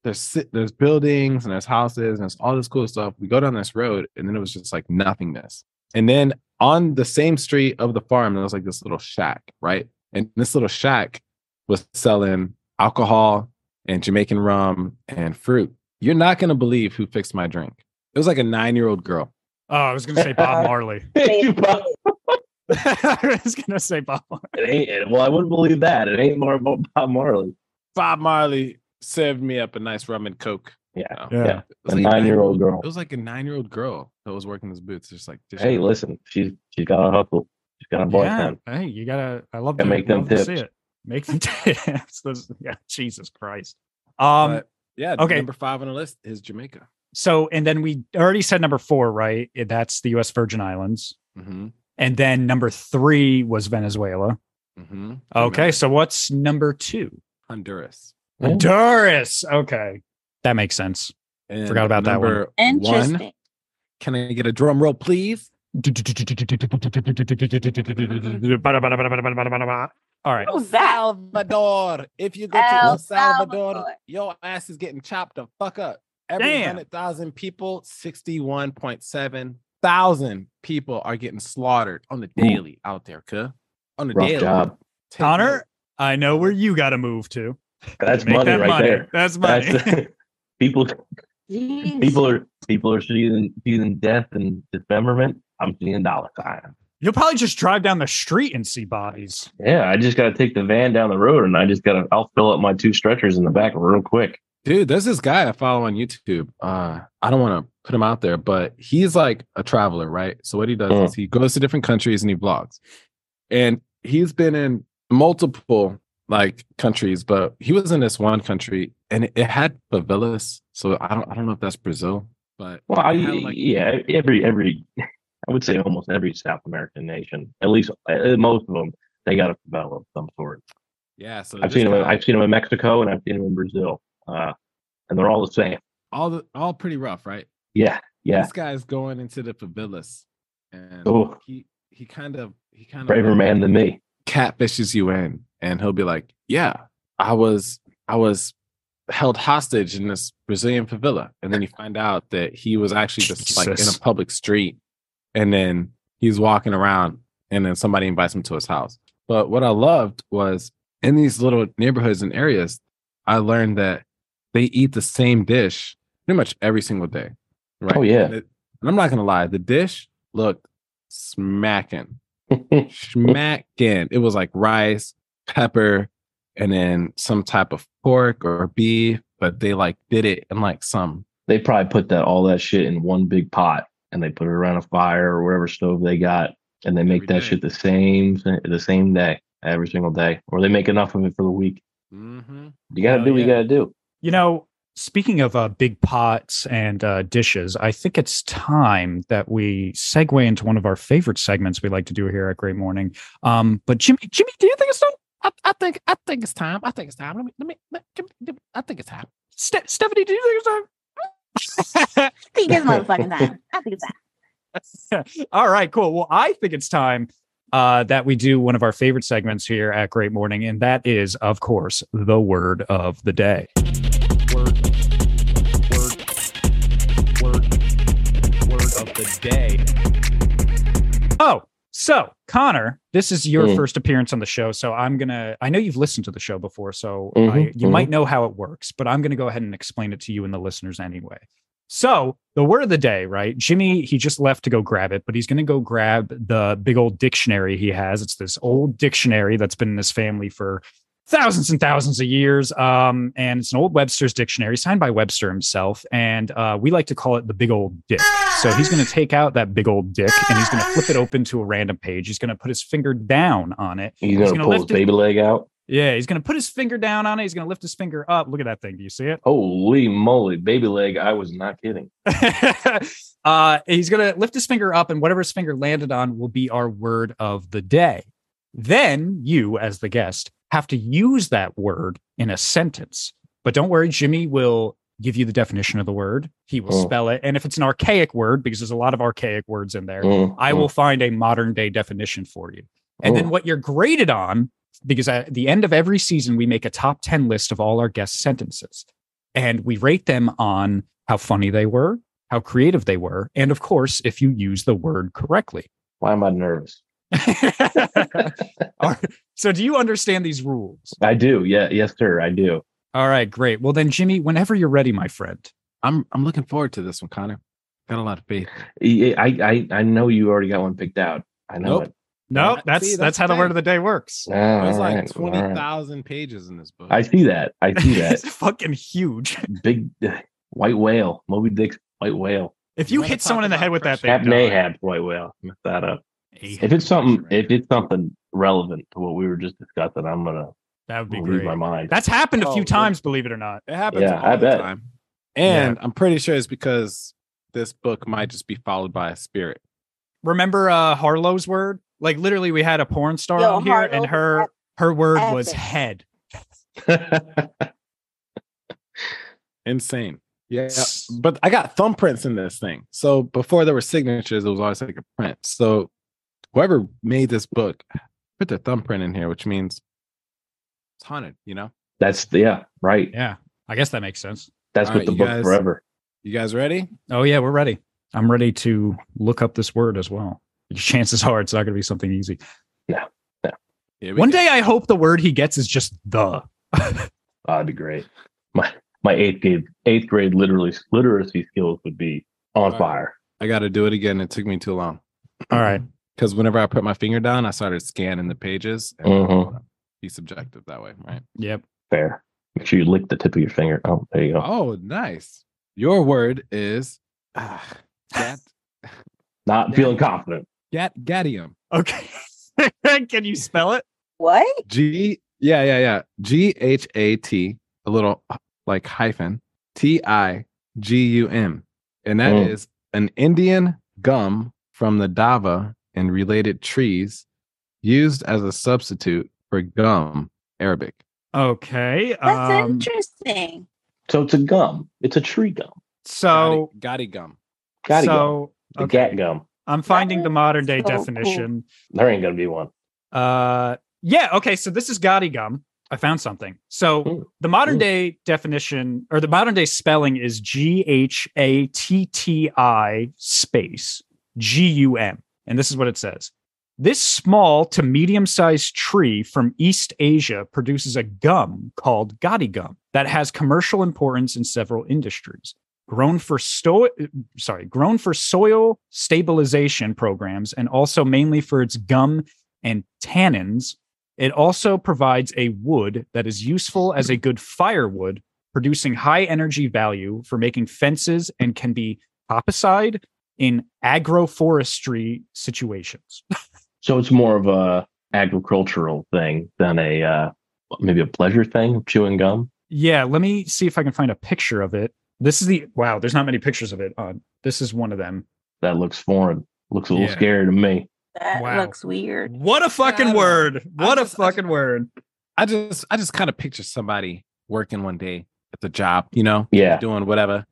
D: there's si- there's buildings and there's houses and there's all this cool stuff. We go down this road and then it was just like nothingness. And then on the same street of the farm, there was like this little shack, right? And this little shack was selling alcohol and Jamaican rum and fruit. You're not gonna believe who fixed my drink. It was like a nine year old girl.
A: Oh, I was gonna say Bob Marley.
E: You bought-
A: I was gonna say Bob. Marley.
E: it ain't, it- well, I wouldn't believe that. It ain't Mar- Bob Marley.
D: Bob Marley served me up a nice rum and coke.
E: Yeah.
D: Oh.
A: Yeah.
D: It was
E: A
D: like
E: nine-year-old girl.
D: It was like a nine year old girl that was working this booth. Just like dishing
E: Hey,
D: out.
E: listen, she's she's got a hustle. She's got a boyfriend.
A: Yeah. Hey, you gotta. I love to
E: Gotta make them
A: love to see
E: tips.
A: it. Make them tips. Those- yeah, Jesus Christ. Um.
D: But, yeah.
A: okay.
D: Number five on the list is Jamaica.
A: so, and then we already said number four, right? That's the U.S. Virgin Islands,
D: Mm-hmm.
A: and then number three was Venezuela.
D: Mm-hmm.
A: Oh, Okay, so what's Oh. number two?
D: Honduras.
E: Yeah.
A: Honduras. Okay, that makes sense.
D: And
A: Forgot about that one.
D: number
B: Interesting.
D: One, can I get a drum roll, please?
A: All right.
B: What was that?
D: Salvador. If you go to
B: El
D: El Salvador,
B: Salvador.
D: your ass is getting chopped the fuck up. Every
A: Damn.
D: 100,000 people, 61.7 thousand people are getting slaughtered on the daily out there, cuh. On the
E: Rough
D: daily.
E: job.
D: Take note.
A: Connor, I know where you got to move to.
E: That's
A: Make
E: money
A: that
E: right
A: money.
E: there.
A: That's money.
E: That's people.
B: Jeez.
E: People are people are seeing seeing death and dismemberment. I'm seeing dollar signs.
A: You'll probably just drive down the street and see bodies.
E: Yeah, I just got to take the van down the road, and I just got to. I'll fill up my two stretchers in the back real quick.
D: Dude, there's this guy I follow on YouTube. Uh, I don't want to put him out there, but he's like a traveler, right? So what he does
E: Mm.
D: is he goes to different countries and he vlogs. And he's been in multiple like countries, but he was in this one country and it, it had favelas. So I don't I don't know if that's Brazil, but
E: Well, I,
D: it had, like-
E: yeah, every every, I would say almost every South American nation, at least uh, most of them, they got a favela of some sort.
D: yeah. So
E: I've
D: this
E: seen them. in-
D: guy-
E: I've seen them in Mexico, and I've seen them in Brazil, uh, and they're all the same.
D: all the, all pretty rough, right?
E: Yeah, yeah.
D: This guy's going into the favelas, and
E: Oh.
D: he he kind of he kind
E: braver
D: of
E: man than me.
D: catfishes you in and he'll be like yeah i was i was held hostage in this brazilian favela and then you find out that he was actually just like in
A: Jesus.
D: a public street and then he's walking around and then somebody invites him to his house but what i loved was in these little neighborhoods and areas i learned that they eat the same dish pretty much every single day right
E: Oh, yeah.
D: and, it- and i'm not gonna lie the dish looked smacking schmackin'. It was like rice, pepper, and then some type of pork or beef, but they like did it in like some.
E: they probably put that all that shit in one big pot, and they put it around a fire or whatever stove they got, and they make
D: Every
E: that
D: day.
E: shit the same the same day every single day, or they make enough of it for the week.
D: Mm-hmm.
E: You gotta
A: Hell
E: do what you
A: yeah.
E: gotta do.
A: You know, speaking of uh, big pots and uh, dishes, I think it's time that we segue into one of our favorite segments we like to do here at Great Morning. Um, but Jimmy, Jimmy, do you think it's time?
D: I, I think I think it's time. I think it's time. Let me let me. Let, give me- give me- I think it's time.
A: Ste- Stephanie, do you think it's time?
B: I think it's motherfucking time. I think it's time.
A: All right, cool. Well, I think it's time uh, that we do one of our favorite segments here at Great Morning, and that is, of course, the word of the day.
D: Word. Word. Word. Word of the day.
A: Oh, so Connor, this is your
E: Mm.
A: first appearance on the show. So I'm going to, I know you've listened to the show before, so I, you
E: Mhm,
A: might know how it works, but I'm going to go ahead and explain it to you and the listeners anyway. So the word of the day, right? Jimmy, he just left to go grab it, but he's going to go grab the big old dictionary he has. It's this old dictionary that's been in his family for thousands and thousands of years. Um, and it's an old Webster's dictionary signed by Webster himself. And uh, we like to call it the big old dick. So he's going to take out that big old dick and he's going to flip it open to a random page. He's going to put his finger down on it.
E: He's gonna
A: gonna
E: pull his
A: lift it-
E: baby leg out.
A: Yeah, he's going to put his finger down on it. He's going to lift his finger up. Look at that thing. Do you see it?
E: Holy moly, baby leg! I was not kidding.
A: uh, he's going to lift his finger up, and whatever his finger landed on will be our word of the day. Then you, as the guest, have to use that word in a sentence. But don't worry, Jimmy will give you the definition of the word. He will
E: Oh.
A: spell it. And if it's an archaic word, because there's a lot of archaic words in there,
E: Mm,
A: I
E: mm,
A: will find a modern day definition for you. And then
D: Oh.
E: mm.
A: what you're graded on, because at the end of every season, we make a top 10 list of all our guest sentences. and we rate them on how funny they were, how creative they were, and of course, if you use the word correctly.
E: Why am I nervous?
A: All right. so, do you understand these rules?
E: I do. Yeah. Yes, sir. I do.
A: All right, great. Well, then, Jimmy, whenever you're ready, my friend.
D: I'm I'm looking forward to this one, Connor. Got a lot of faith.
E: I I, I know you already got one picked out. I know
D: Nope.
E: it.
A: No,
D: See,
A: that's
D: that's
A: that's how the
D: the
A: word
D: thing.
A: of the day works.
E: Oh,
D: There's
E: all
D: like
E: right, all
D: twenty
E: right.
D: thousand pages in this book.
E: I see that. I see that.
A: it's fucking huge.
E: Big uh, white whale. Moby Dick's white whale.
A: If
D: You
A: you
D: wanna
A: hit someone
D: talk
A: in the head
D: about
A: with that
D: pressure.
A: thing,
E: Captain
A: dog,
E: Ahab's white whale. Mess that up.
A: Ahab,
E: If it's something,
D: Right.
E: if it's something relevant to what we were just discussing, I'm gonna
A: that would be
E: lose
A: great.
E: my mind.
A: That's happened a
D: Oh,
A: few
D: yeah.
A: times, believe it or not.
D: It happens
E: Yeah,
D: all
E: I
D: the
E: bet.
D: time. And I'm pretty sure it's because this book might just be followed by a spirit.
A: Remember uh Harlow's word? Like literally, we had a porn star
B: Yo,
A: on here,
B: Harlow
A: and
B: was
A: her
B: epic.
A: her word was
B: Epic.
A: head.
D: Insane. Yeah. But I got thumbprints in this thing. So before there were signatures, it was always like a print. So whoever made this book put their thumbprint in here, which means it's haunted, you know?
E: That's yeah, right.
A: Yeah, I guess that makes sense.
E: That's
D: All
E: what
D: right,
E: the
D: you
E: book
D: guys-
E: forever.
D: You guys ready?
A: Oh yeah, we're ready. I'm ready to look up this word as well. Your chances are it's not going to be something easy.
D: Here we
A: One
D: go.
A: day, I hope the word he gets is just the.
E: Oh, that'd be great. My my eighth grade eighth grade literally literacy skills would be on
D: Right.
E: fire.
D: I gotta do it again. It took me too long.
A: All right.
D: Because whenever I put my finger down, I started scanning the pages and
E: Mhm.
D: be subjective that way, right?
A: Yep.
E: Fair. Make sure you lick the tip of your finger. Oh, there you go.
D: Oh, nice. Your word is ah, gat,
E: Not feeling confident.
D: gat gadium.
A: Okay. Can you spell it?
B: What?
D: G yeah, yeah, yeah. G H A T, a little uh, like hyphen, T I G U M. And that is
E: Mm.
D: an Indian gum from the Dava and related trees used as a substitute for gum, Arabic.
A: Okay.
B: That's
A: Um,
B: interesting.
E: So it's a gum. It's a tree gum.
A: so
D: Gatti gum.
E: Gotta go.
A: so
E: The
A: okay.
E: gat gum.
A: I'm finding the modern day
B: so cool.
A: definition.
E: There ain't gonna be one.
A: Uh, yeah. Okay. So this is Gotti gum. I found something. So
E: Hmm.
A: the modern
E: Hmm.
A: day definition or the modern day spelling is G H A T T I space G U M. And this is what it says. This small to medium sized tree from East Asia produces a gum called Gotti gum that has commercial importance in several industries. Grown for sto- sorry, grown for soil stabilization programs and also mainly for its gum and tannins. It also provides a wood that is useful as a good firewood, producing high energy value for making fences and can be topicide in agroforestry situations.
E: So it's more of a agricultural thing than a uh, maybe a pleasure thing of chewing gum.
A: yeah, let me see if I can find a picture of it. This is the wow, there's not many pictures of it on. This is one of them.
E: That looks foreign. Looks a little
D: Yeah.
E: scary to me.
B: That
A: Wow.
B: looks weird.
A: What a
D: fucking word. What a fucking
A: word.
D: I just I just kind of picture somebody working one day at the job, you know,
E: Yeah.
D: doing whatever,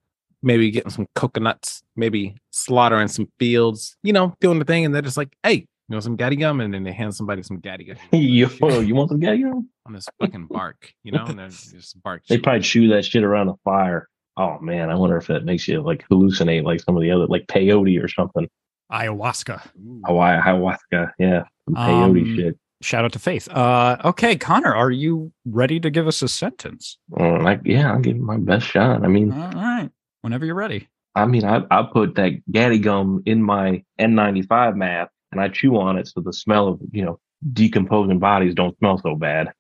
D: maybe getting some coconuts, maybe slaughtering some fields, you know, doing the thing, and they're just like, "Hey, you know, some gaddy gum," and then they hand somebody some gaddy gum
E: you, oh, you want some gat gum?
D: on this fucking bark, you know, and they're just bark.
E: They
D: shit.
E: probably chew that shit around a fire. Oh man, I wonder if that makes you like hallucinate like some of the other like peyote or something.
A: Ayahuasca.
D: Ooh.
E: Hawaii ayahuasca. Yeah. some Peyote
A: Um,
E: shit.
A: Shout out to Faith. Uh okay, Connor, are you ready to give us a sentence?
E: Mm, like, yeah, I'll give it my best shot. I mean,
A: All right. Whenever you're ready.
E: I mean, I I put that gaddy gum in my N95 mask and I chew on it so the smell of you know decomposing bodies don't smell so bad.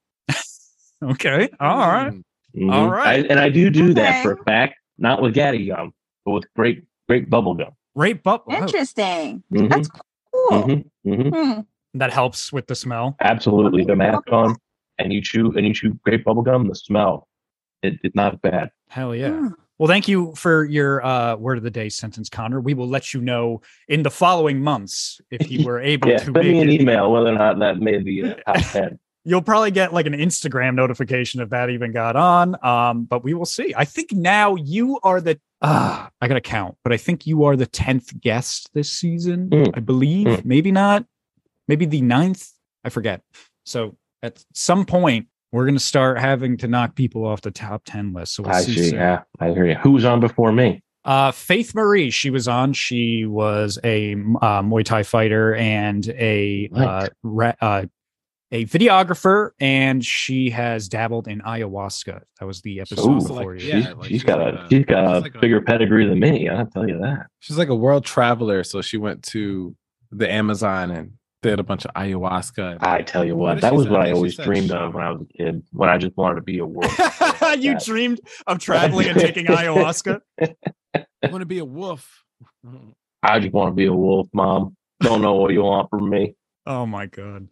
A: Okay. All right.
D: Mm.
E: Mhm.
A: All right.
E: I, and I do do that
B: Okay.
E: for a fact, not with gaddy gum, but with great great bubble gum.
A: Ray Butler.
B: Interesting.
E: Mhm,
B: That's cool.
E: mhm, mhm.
B: Hmm.
A: That helps with the smell.
E: Absolutely, the mask
B: Okay.
E: on, and you chew and you chew grape bubble gum. The smell, it, it's not bad.
A: Hell yeah.
B: Hmm.
A: Well, thank you for your uh, word of the day sentence, Connor. We will let you know in the following months if you were able
E: Yeah,
A: to
E: send me an
A: make it.
E: email whether or not that may be a top ten.
A: You'll probably get like an Instagram notification if that even got on. Um, but we will see. I think now you are the uh, I gotta count, but I think you are the tenth guest this season.
E: Mm.
A: I believe,
E: Mm.
A: maybe not, maybe the ninth. I forget. So at some point,
H: We're gonna start having to knock people off the top ten list. So we'll
E: I
H: see
E: see.
H: soon.
E: Yeah, I hear you. Who was on before me?
H: Uh, Faith Marie, she was on. She was a uh, Muay Thai fighter and a uh,
E: Right.
H: ra- uh, a videographer, and she has dabbled in ayahuasca. That was the episode
E: Ooh.
H: before you.
D: Yeah,
E: she's,
D: like
E: she's
D: she's
E: got
D: like
E: a,
D: a-
E: she's got
D: she's
E: a
D: like a-
E: bigger pedigree than me. I'll tell you that.
D: She's like a world traveler, so she went to the Amazon and did a bunch of ayahuasca.
E: I tell you
D: What
E: what,
D: did
E: that
D: she
E: was
D: say?
E: what
D: What
E: I
D: did she
E: always
D: say?
E: dreamed of when I was a kid. When I just wanted to be a world.
H: you
E: That-
H: dreamed of traveling and taking ayahuasca.
D: I want to be a wolf.
E: I just want to be a wolf, mom. Don't know what you want from me.
H: Oh my god!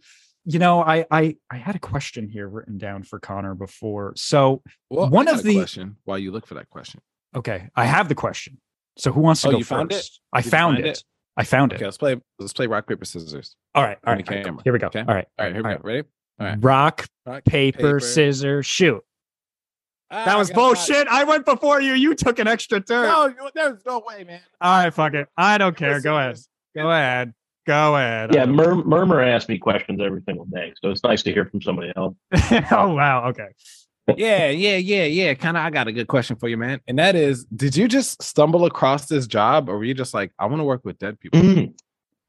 H: You know, I I I had a question here written down for Connor before. So
D: Well,
H: One
D: one
H: of
D: of
H: the-
D: question while you look for that question.
H: okay, I have the question. So who wants to
D: Oh,
H: go
D: you
H: first?
D: found it?
H: I
D: Did you
H: found it.
D: find it?
H: I found
D: Okay,
H: it.
D: let's play. Let's play rock paper scissors.
H: All right. All
D: on the
H: right. all right,
D: camera.
H: Here we go.
D: Okay.
H: All right.
D: All right, here we
H: All
D: go. Ready? All right.
H: Rock,
D: Rock,
H: paper, scissors, shoot.
D: Ah,
H: That
D: I
H: was
D: got rock.
H: bullshit. I went before you. You took an extra turn.
D: No, you- there's no way, man.
H: All right, fuck it. I don't care.
D: Paper,
H: Go ahead.
D: scissors.
H: Go ahead. Go ahead.
D: uh,
H: Oh.
E: Yeah, Mur- Murmur asks me questions every single day, so it's nice to hear from somebody else.
H: oh wow. Okay.
D: Yeah, yeah, yeah, yeah. Kind of. I got a good question for you, man. And that is, did you just stumble across this job, or were you just like, I want to work with dead people?
E: Mm.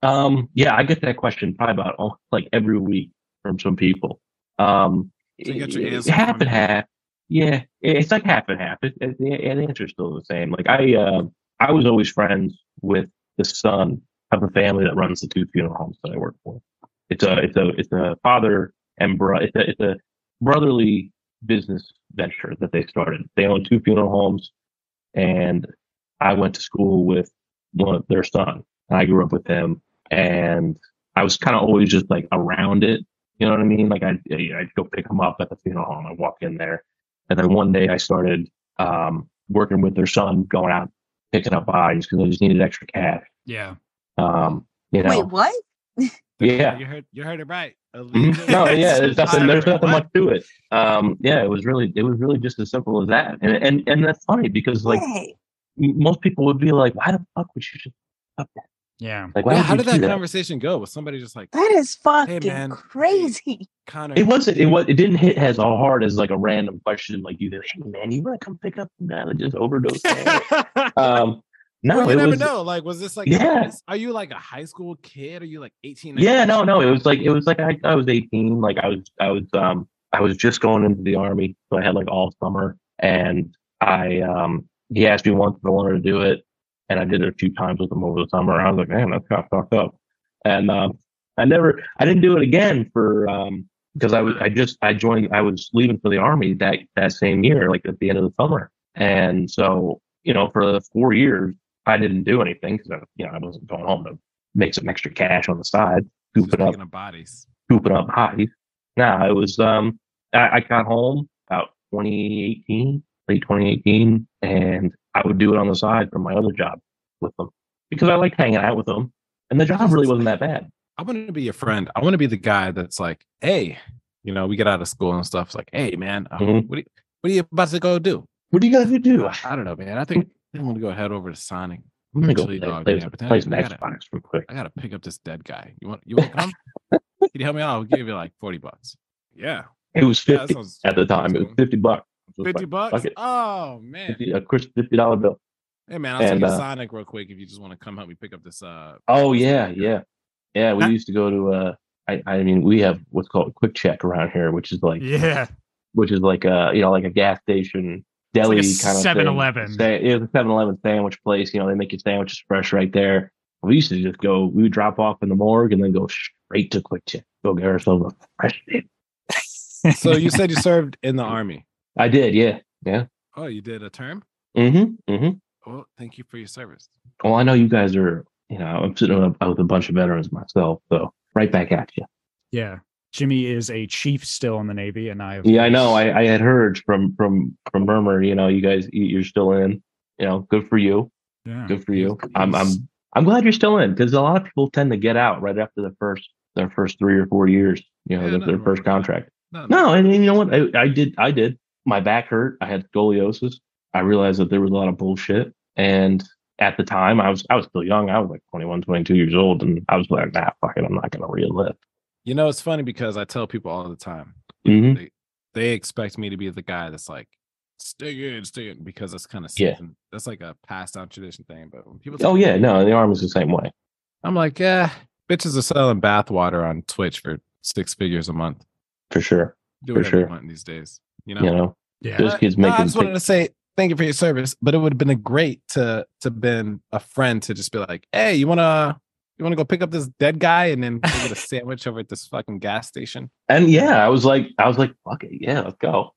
E: Um, yeah, I get that question probably about all, like every week from some people. Um,
D: So you got your
E: it-
D: answer
E: half
D: on
E: and
D: it.
E: half. Yeah, it- it's like half and half. It, it, the the answer's still the same. Like I, uh, I was always friends with the son of a family that runs the two funeral homes that I work for. It's a, it's a, it's a father and bro. It's a, it's a brotherly business venture that they started. They own two funeral homes, and I went to school with one of their son. And I grew up with him, and I was kind of always just like around it. You know what I mean? Like I, I- I'd go pick him up at the funeral home. I walk in there, and then one day I started um, working with their son, going out picking up bodies because I just needed extra cash.
H: Yeah.
E: Um, you know,
B: Wait, what?
E: yeah.
D: you heard, you heard it right.
E: Mhm. no, yeah, there's nothing, there's nothing much to it. Um, yeah, it was really, it was really just as simple as that. And and and that's funny because like m-
B: Right.
E: most people would be like, why the fuck would you just up that?
H: Yeah.
E: Like, why
D: Yeah,
E: would
D: how
E: you
D: did
E: do
D: that
E: that?
D: conversation go? Was somebody just like
B: That is fucking
D: man.
B: crazy.
D: Connor?
E: It wasn't. It was. It didn't hit as hard as like a random question like you. Hey man, you want to come pick up that that just overdose? um, no,
D: well, you
E: it
D: never
E: was,
D: know. Like, was this like?
E: Yeah.
D: is- are you like a high school kid? Are you like eighteen?
E: Yeah, no, no. It was like it was like I, I was 18. Like I was I was um I was just going into the army, so I had like all summer. And I um he asked me once if I wanted to do it, and I did it a few times with him over the summer. I was like, man, that's kind of fucked up. And um I never I didn't do it again for um because I was I just I joined I was leaving for the army that that same year, like at the end of the summer. And so you know for the four years I didn't do anything because I you know I wasn't going home to make some extra cash on the side
D: Just
E: scooping up
D: picking up bodies.
E: scooping up high. Nah, it was um I, I got home about 2018, late 2018, and I would do it on the side from my other job with them because I liked hanging out with them, and the job really wasn't that bad.
D: I want to be your friend. I want to be the guy that's like, hey, you know, we get out of school and stuff. It's like, hey, man, uh,
E: Mhm.
D: what, are you, what are you about to go do?
E: What do you guys do?
D: I don't know, man. I think I want to go head over to Sonic.
E: I'm gonna go
D: Actually,
E: play,
D: dog,
E: play,
D: yeah,
E: some-
D: but then
E: play
D: I
E: some
D: gotta-
E: Xbox real quick.
D: I gotta pick up this dead guy. You want? You want to come? Can you help me out? I'll give you like forty bucks. Yeah,
E: It was
D: yeah, that
E: fifty
D: sounds-
E: at the
D: that sounds
E: time. It was
D: cool.
E: fifty bucks. It was
D: Fifty
E: like,
D: bucks.
E: fuck it.
D: Oh man.
E: $50 a crisp fifty dollar bill.
D: Hey man, I'll take
E: And,
D: you to
E: uh,
D: Sonic real quick if you just want to come help me pick up this. Uh,
E: Oh
D: this
E: yeah,
D: burger.
E: yeah, yeah. We
H: Huh?
E: used to go to. uh I, I mean, we have what's called a quick check around here, which is like
H: Yeah.
E: which is like a you know like a gas station deli
H: It's like
E: kind
H: a
E: of
H: 7-Eleven.
E: Say it was a 7-Eleven sandwich place. You know they make your sandwiches fresh right there. We used to just go. We would drop off in the morgue and then go straight to Quick Check. Go get ourselves a fresh. Dip.
D: So you said you served in the army.
E: I did, yeah, yeah.
D: Oh, you did a term.
E: Mm-hmm. Mm-hmm.
D: Well, thank you for your service.
E: Well, I know you guys are. You know, I'm sitting with a, with a bunch of veterans myself, so right back at you.
H: Yeah. Jimmy is a chief still in the Navy, and I. of
E: Yeah, I know.
H: course-
E: I, I had heard from from from Murmur. You know, you guys, you- you're still in. You know, good for you.
H: Yeah.
E: Good for you. I'm I'm I'm glad you're still in because a lot of people tend to get out right after the first their first three or four years. You know,
D: Yeah,
E: their,
D: nothing
E: their
D: wrong
E: first
D: with that.
E: contract.
D: No,
E: No, and, and you know what? I, I did. I did. My back hurt. I had scoliosis. I realized that there was a lot of bullshit. And at the time, I was I was still young. I was like 21, 22 years old, and I was like, nah, fuck it. I'm not gonna relive.
D: You know, it's funny because I tell people all the time
E: Mhm.
D: they, they expect me to be the guy that's like, stick it, stick it, because that's kind of
E: Yeah.
D: That's like a passed down tradition thing. But when people,
E: Oh
D: talk-
E: yeah, no, the army's the same way.
D: I'm like, yeah, bitches are selling bathwater on Twitch for six figures a month.
E: For sure.
D: Do
E: For
D: whatever you
E: sure.
D: want these days, you know.
E: You know?
A: Yeah.
E: Those kids
D: No,
E: making
D: I just wanted to say thank you for your service, but it would have been a great to to been a friend to just be like, hey, you wanna you wanna go pick up this dead guy and then go get a sandwich over at this fucking gas station?
E: and yeah, I was like I was like, fuck it, yeah, let's go.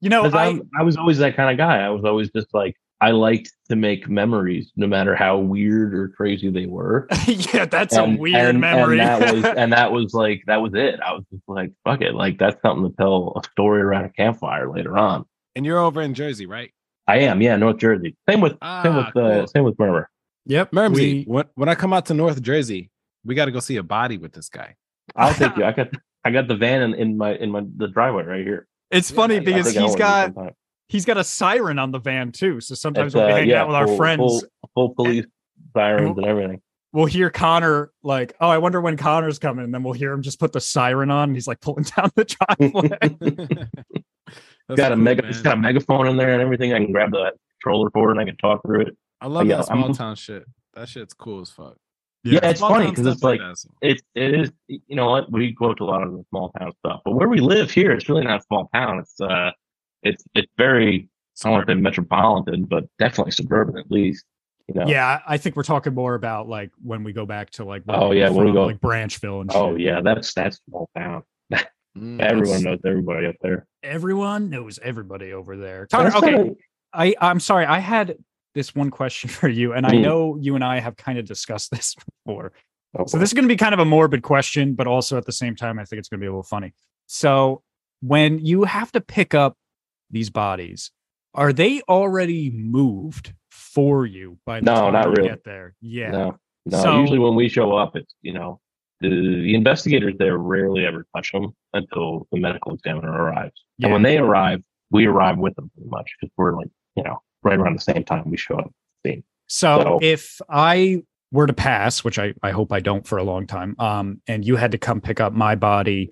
A: You know,
E: 'Cause
A: I,
E: I'm- I was always that kind of guy. I was always just like I liked to make memories, no matter how weird or crazy they were.
A: yeah, that's
E: And-
A: a weird
E: and-
A: memory.
E: And that was and that was like that was it. I was just like, fuck it, like that's something to tell a story around a campfire later on.
D: And you're over in Jersey, right?
E: I am, yeah, North Jersey. Same with same
D: Ah,
E: with uh,
D: cool.
E: same with Murmur.
A: yep.
D: Mermsy,
A: we-
D: when, when I come out to North Jersey, we gotta go see a body with this guy.
E: I'll take you. I got I got the van in, in my in my the driveway right here.
A: it's
D: Yeah,
A: funny
D: I- I
E: I
A: because
E: think I
A: he's
E: own one
A: got
E: sometime.
A: he's got a siren on the van too. So sometimes
E: It's,
A: when we
E: uh,
A: hang out with our
E: full-
A: friends,
E: full, full police sirens and everything.
A: we'll hear Connor like, "Oh, I wonder when Connor's coming," and then we'll hear him just put the siren on, and he's like pulling down the driveway.
D: That's
E: got a
D: cool,
E: mega, it's
D: man.
E: got a megaphone in there and everything. I can grab the controller for it and I can talk through it.
D: I love
E: Yeah,
D: that small
E: I'm-
D: town shit. That shit's cool as fuck.
E: Yeah, it's
D: Small
E: funny
D: town
E: because it's
D: stuff
E: like
D: that.
E: it's it is. You know what? We go to a lot of the small town stuff, but where we live here, it's really not a small town. It's uh, it's it's very. I don't want to say metropolitan, but definitely suburban at least. You know.
A: yeah, I think we're talking more about like when we go back to like where
E: Oh,
A: we're
E: yeah, when we
A: from,
E: go-
A: like Branchville and
E: Oh
A: shit.
E: yeah, that's that's small town.
D: Mm,
E: Everyone
D: that's-
E: knows everybody up there.
A: everyone knows everybody over there. Connor,
E: That's
A: okay,
E: kinda-
A: I I'm sorry, I had this one question for you, and I
E: Mm.
A: know you and I have kind of discussed this before.
E: oh,
A: So this is going to be kind of a morbid question, but also at the same time, I think it's going to be a little funny. So when you have to pick up these bodies, are they already moved for you by the
E: No,
A: time
E: not
A: you
E: really.
A: get there? Yeah.
E: No, no.
A: So-
E: usually when we show up, it's you know the, the investigators there rarely ever touch them until the medical examiner arrives. And
A: Yeah.
E: when they arrive, we arrive with them pretty much because we're like you know right around the same time we show up.
A: So,
E: So-
A: if I were to pass, which I, I hope I don't for a long time, um, and you had to come pick up my body,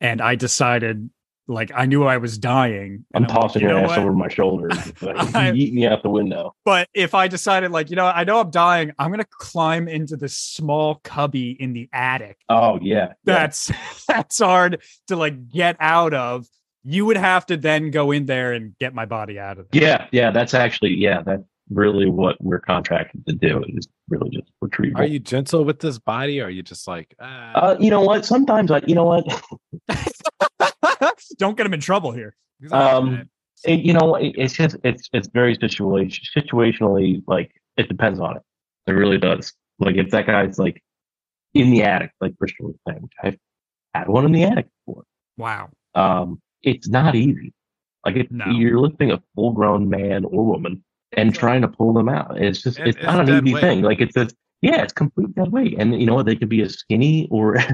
A: and I decided like I knew I was dying.
E: I'm
A: and like,
E: tossing
A: "You
E: your
A: know
E: ass
A: what?
E: over my shoulder, like,
A: I-
E: yeet me out the window.
A: But if I decided, like, you know, I know I'm dying, I'm gonna climb into this small cubby in the attic.
E: Oh yeah, yeah.
A: That's that's hard to like get out of. You would have to then go in there and get my body out of there.
E: yeah, yeah. That's actually yeah. That's really what we're contracted to do. Is really just retrieval.
D: Are you gentle with this body? Or are you just like, ah,
E: Uh, you know what? Sometimes I, you know what?
A: Don't get him in trouble here.
D: he's not
E: um,
D: bad.
E: it, you know, it, it's just it's it's very situation situationally like it depends on it. It really does. Like if that guy's like in the attic, like Bristol was saying, which I've had one in the attic before.
A: Wow.
E: Um, it's not easy. Like it,
A: No.
E: you're lifting a full grown man or woman and trying to pull them out. It's just
D: And
E: it's
D: it's
E: not an
D: dead
E: easy
D: weight.
E: thing. Like it's a yeah, it's complete dead weight. And you know what? They could be as skinny or as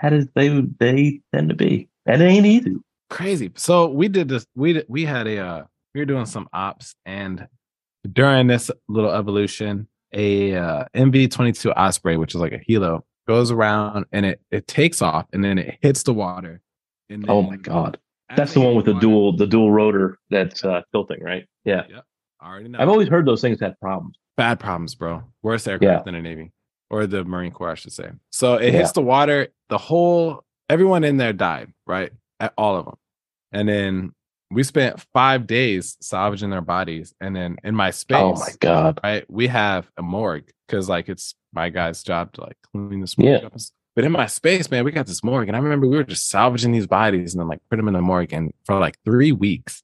E: fat as they they tend to be. And it ain't easy.
D: crazy. So we did this. We did, we had a uh, we were doing some ops, and during this little evolution, a uh, MV twenty two Osprey, which is like a Hilo, goes around and it it takes off and then it hits the water. And
E: Oh
D: then
E: my god.
D: as
E: That's
D: it
E: the one
D: hits
E: with the
D: water-
E: dual the dual rotor that's uh, tilting, right? Yeah.
D: I already know.
E: I've always heard those things had problems.
D: bad problems, bro. Worse aircraft
E: Yeah.
D: than the Navy or the Marine Corps, I should say. So it hits the water. The whole everyone in there died, right? At all of them, and then we spent five days salvaging their bodies. And then in my space,
E: Oh my god.
D: right? We have a morgue because like it's my guy's job to like clean this morgue
E: Yeah.
D: up. and s- But in my space, man, we got this morgue, and I remember we were just salvaging these bodies and then like put them in the morgue, and for like three weeks,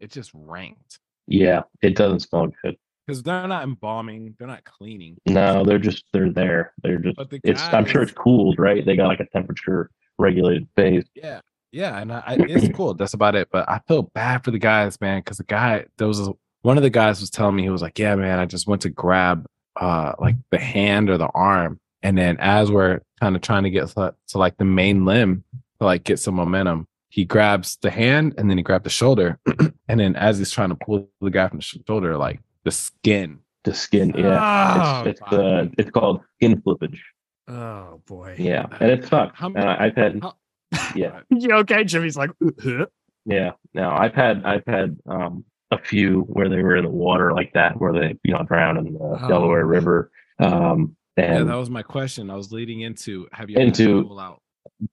D: it just ranked
E: Yeah, it doesn't smell good.
D: because they're not embalming, they're not cleaning.
E: No, they're just they're there. They're just
D: But the
E: it's I'm sure
D: guys-
E: it's cooled, right? They got like a temperature regulated phase.
D: Yeah, yeah, and I, I, it's cool. That's about it. But I feel bad for the guys, man, because the guy there was a- one of the guys was telling me he was like, "Yeah, man, I just went to grab uh like the hand or the arm, and then as we're kind of trying to get to, to like the main limb to like get some momentum, he grabs the hand and then he grabbed the shoulder, and then as he's trying to pull the guy from the shoulder, like the skin.
E: The skin, yeah.
D: Ah,
A: Oh,
E: It's it's uh it's called skin flippage.
A: oh boy.
E: Yeah. And it sucks.
D: How
E: And I, Uh, I've had
D: how-
E: Yeah.
A: You okay, Jimmy's like, "Uh-huh."
E: Yeah. No, I've had I've had um a few where they were in the water like that, where they you know drowned in the
D: Oh.
E: Delaware River, um,
D: Yeah,
E: and
D: that was my question. I was leading into have you ever
E: Into-
D: had people out?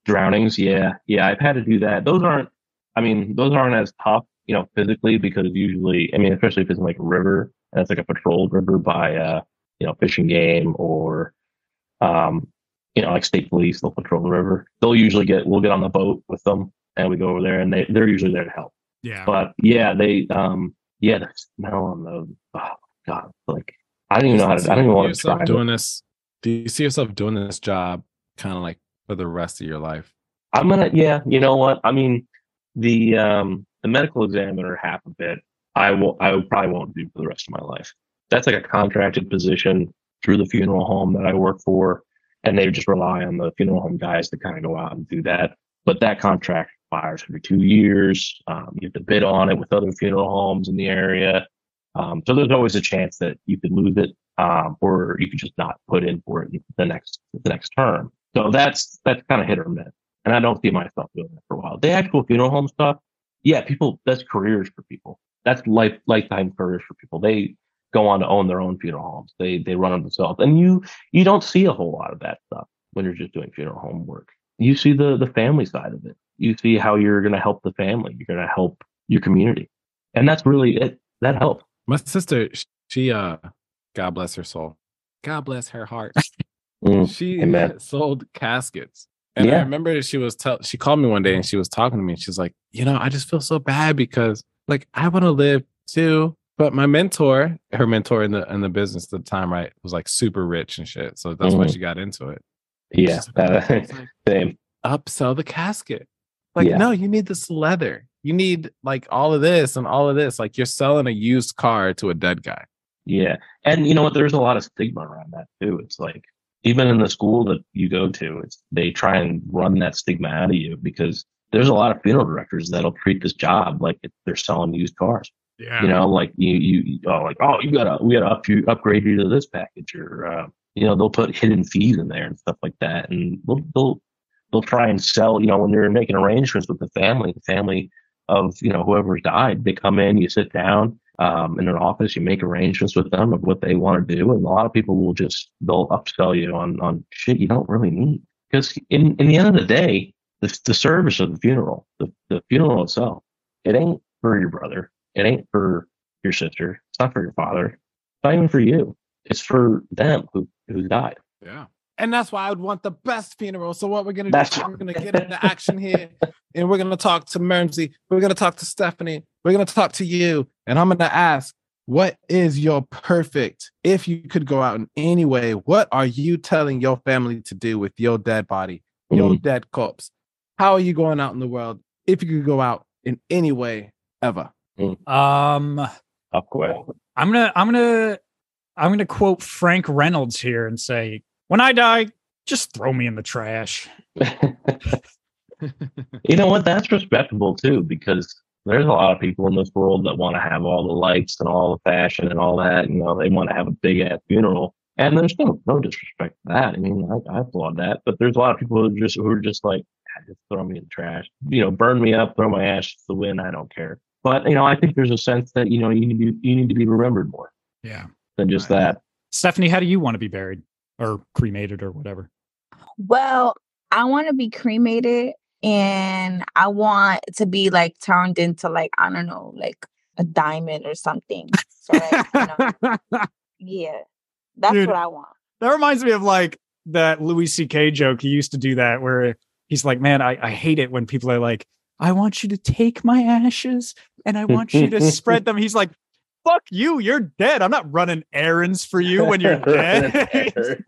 E: drownings. Yeah, yeah, I've had to do that. Those aren't. I mean, those aren't as tough, you know, physically because usually, I mean, especially if it's in like a river and it's like a patrolled river by, uh, you know, fishing game or, um, you know, like state police. They'll patrol the river. They'll usually get. We'll get on the boat with them and we go over there, and they they're usually there to help.
A: Yeah.
E: But yeah, they um yeah, the smell on those. Oh my god, like I don't even know how to. I don't even want to
D: yourself
E: describe it.
D: doing this. Do you see yourself doing this job kind of like for the rest of your life?
E: I'm gonna yeah. You know what? I mean, the um the medical examiner half of it. I will. I probably won't do for the rest of my life. That's like a contracted position through the funeral home that I work for, and they just rely on the funeral home guys to kind of go out and do that. But that contract expires every two years. Um, you have to bid on it with other funeral homes in the area. Um, so there's always a chance that you could lose it, um, or you could just not put in for it the next the next term. So that's that's kind of hit or miss and I don't see myself doing that for a while. The actual funeral home stuff, yeah, people that's careers for people. That's life lifetime careers for people. They go on to own their own funeral homes. They they run them themselves, and you you don't see a whole lot of that stuff when you're just doing funeral home work. You see the the family side of it. You see how you're going to help the family. You're going to help your community, and that's really it. That helps.
D: My sister, she uh God bless her soul. God bless her heart.
E: Mm,
D: she
E: amen.
D: sold caskets. And I
E: Yeah.
D: remember she was tell she called me one day and she was talking to me and she's like, you know, I just feel so bad because like I want to live too. But my mentor, her mentor in the in the business at the time, right, was like super rich and shit. So that's why
E: Mhm.
D: she got into it.
E: Yeah, uh,
D: She's like, "Oh,"
E: that,
D: it's like,
E: same.
D: upsell the casket. Like,
E: Yeah.
D: no, you need this leather. You need like all of this and all of this. Like you're selling a used car to a dead guy.
E: Yeah. And you know what? There's a lot of stigma around that too. It's like even in the school that you go to, it's they try and run that stigma out of you because there's a lot of funeral directors that'll treat this job like it- they're selling used cars.
A: Yeah.
E: You know, like you you oh like oh you gotta we gotta up you upgrade you to this package or uh, you know they'll put hidden fees in there and stuff like that and they'll they'll they'll try and sell you know when they're making arrangements with the family the family of you know whoever's died they come in you sit down um, in an office you make arrangements with them of what they want to do and a lot of people will just they'll upsell you on on shit you don't really need because in in the end of the day the, the service of the funeral the, the funeral itself it ain't for your brother it ain't for your sister it's not for your father it's not even for you it's for them who who died
D: Yeah. And that's why I would want the best funeral. So what we're gonna
E: That's-
D: do, we're gonna get into action here, and we're gonna talk to Mermsey. We're gonna talk to Stephanie. We're gonna talk to you, and I'm gonna ask, what is your perfect? If you could go out in any way, what are you telling your family to do with your dead body, your
E: Mhm.
D: dead corpse? How are you going out in the world? If you could go out in any way ever,
A: Um
E: of course
A: I'm gonna I'm gonna I'm gonna quote Frank Reynolds here and say, when I die, just throw me in the trash.
E: you know what? That's respectable too, because there's a lot of people in this world that want to have all the lights and all the fashion and all that. You know, they want to have a big ass funeral, and there's no no disrespect to that. I mean, I, I applaud that, but there's a lot of people who just who are just like, "Ah, just throw me in the trash. You know, burn me up, throw my ashes to the wind. I don't care. But you know, I think there's a sense that you know you need to, you need to be remembered more
A: Yeah.
E: than just
D: Right.
E: that.
A: Stephanie, how do you want to be buried or cremated or whatever?
B: Well, I want to be cremated and I want to be like turned into like, I don't know, like a diamond or something. So like, you Oh, know,
A: that
B: yeah. That's
A: Dude.
B: what I want.
A: reminds me of like that Louis C.K. joke. He used to do that where he's like, Man, I, I hate it when people are like, I want you to take my ashes and I want you to spread them. He's like, Fuck you, you're dead. I'm not running errands for you when you're dead.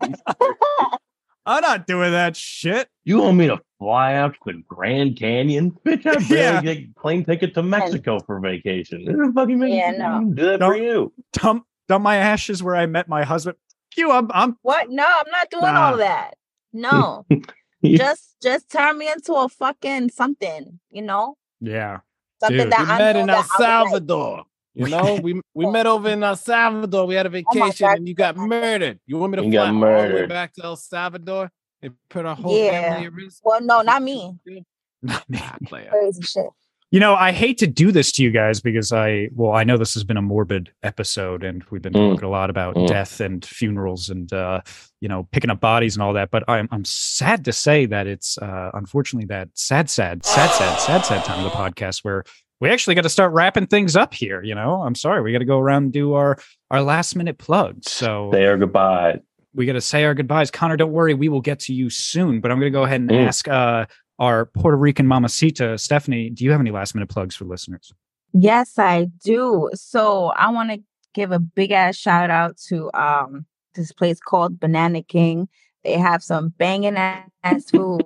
A: I'm not doing that shit.
E: You want me to fly out to the Grand Canyon? Bitch, I barely
A: Yeah.
E: get a plane ticket to Mexico for vacation. It doesn't fucking make
B: Yeah,
E: sense.
B: no.
E: Do that for
A: Don't-
E: you.
A: dump dump my ashes where I met my husband. F You, I'm I'm
B: what? No, I'm not doing all
A: Nah.
B: that. No. just just turn me into a fucking something, you know?
A: yeah.
B: Something
A: Dude.
D: we
B: that I
D: met
B: know
D: in
B: that
D: El
B: I would like.
D: Salvador. You know, we we met over in El Salvador. We had a
B: Oh my God,
D: vacation, and you got
B: my God.
D: murdered. You want me to
E: You
D: fly
E: got
D: all the way
E: murdered.
D: back to El Salvador and put our whole
B: Yeah.
D: family at risk?
B: Well, no,
D: Is it
B: not
D: too
B: me.
D: good?
H: Not me.
D: player.
I: Crazy shit.
A: You know, I hate to do this to you guys because I, well, I know this has been a morbid episode and we've been
E: Mm.
A: talking a lot about
E: Mm.
A: death and funerals and, uh, you know, picking up bodies and all that. But I'm, I'm sad to say that it's, uh, unfortunately, that sad, sad, sad, sad, sad, sad time of the podcast where we actually got to start wrapping things up here. You know, I'm sorry. We got to go around and do our, our last minute plugs. So
E: Say our goodbye.
A: we got to say our goodbyes. Connor, don't worry, we will get to you soon. But I'm going to go ahead and
E: Mm.
A: ask uh, our Puerto Rican mamacita, Stephanie. Do you have any last minute plugs for listeners?
B: Yes, I do. So I want to give a big ass shout out to um this place called Banana King. They have some banging ass food,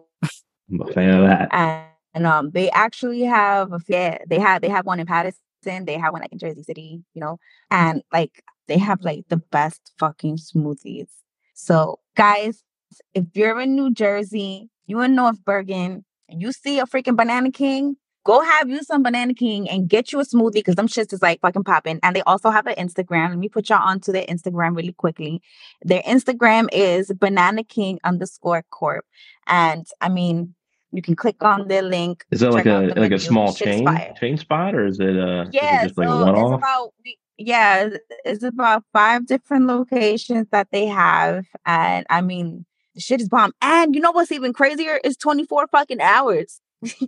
E: I'm a fan of that.
B: and, and, um they actually have a yeah they have they have one in Patterson. They have one like in Jersey City, you know, and like they have like the best fucking smoothies. So guys, if you're in New Jersey, you in North Bergen, and you see a freaking Banana King, go have you some banana king and get you a smoothie because them shits is like fucking popping. And they also have an Instagram. Let me put y'all onto their Instagram really quickly. Their Instagram is banana king underscore corp. And I mean, you can click on their link.
E: Is that like
B: check out
E: a
B: the
E: like a
B: menu.
E: small
B: Shit is
E: chain
B: fire.
E: chain spot, or is it uh is it
B: Yeah,
E: just like
B: so
E: a one
B: it's
E: off?
B: about we- yeah, it's about five different locations that they have, and I mean, the shit is bomb. And you know what's even crazier is twenty four fucking hours,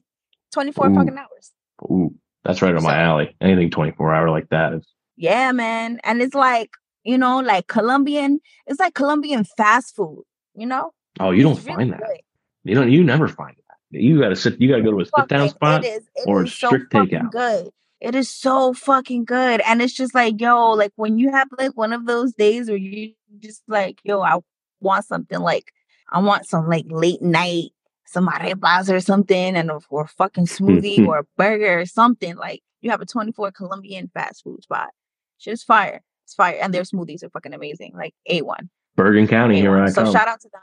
B: twenty four
E: Ooh.
B: fucking hours.
E: Ooh, that's right on my
B: So-
E: alley. Anything twenty four hour like that is
B: Yeah, man. And it's like, you know, like Colombian, it's like Colombian fast food, you know?
E: oh you don't
B: It's really
E: find that.
B: good.
E: You don't you never find that. You gotta sit you gotta go to a sit down
B: Fucking-
E: spot.
B: It is, it
E: or
B: is
E: strict
B: so fucking
E: takeout?
B: good. It is so fucking good. And it's just like, yo, like when you have like one of those days where you just like, yo, I want something like, I want some like late night, some arepas or something, and a- or a fucking smoothie
E: Mhm.
B: or a burger or something. Like you have a 24 Colombian fast food spot. Shit's fire. It's fire. And their smoothies are fucking amazing. Like A1.
E: Bergen County, here
B: anyone.
E: I
B: so
E: come.
B: shout out to them.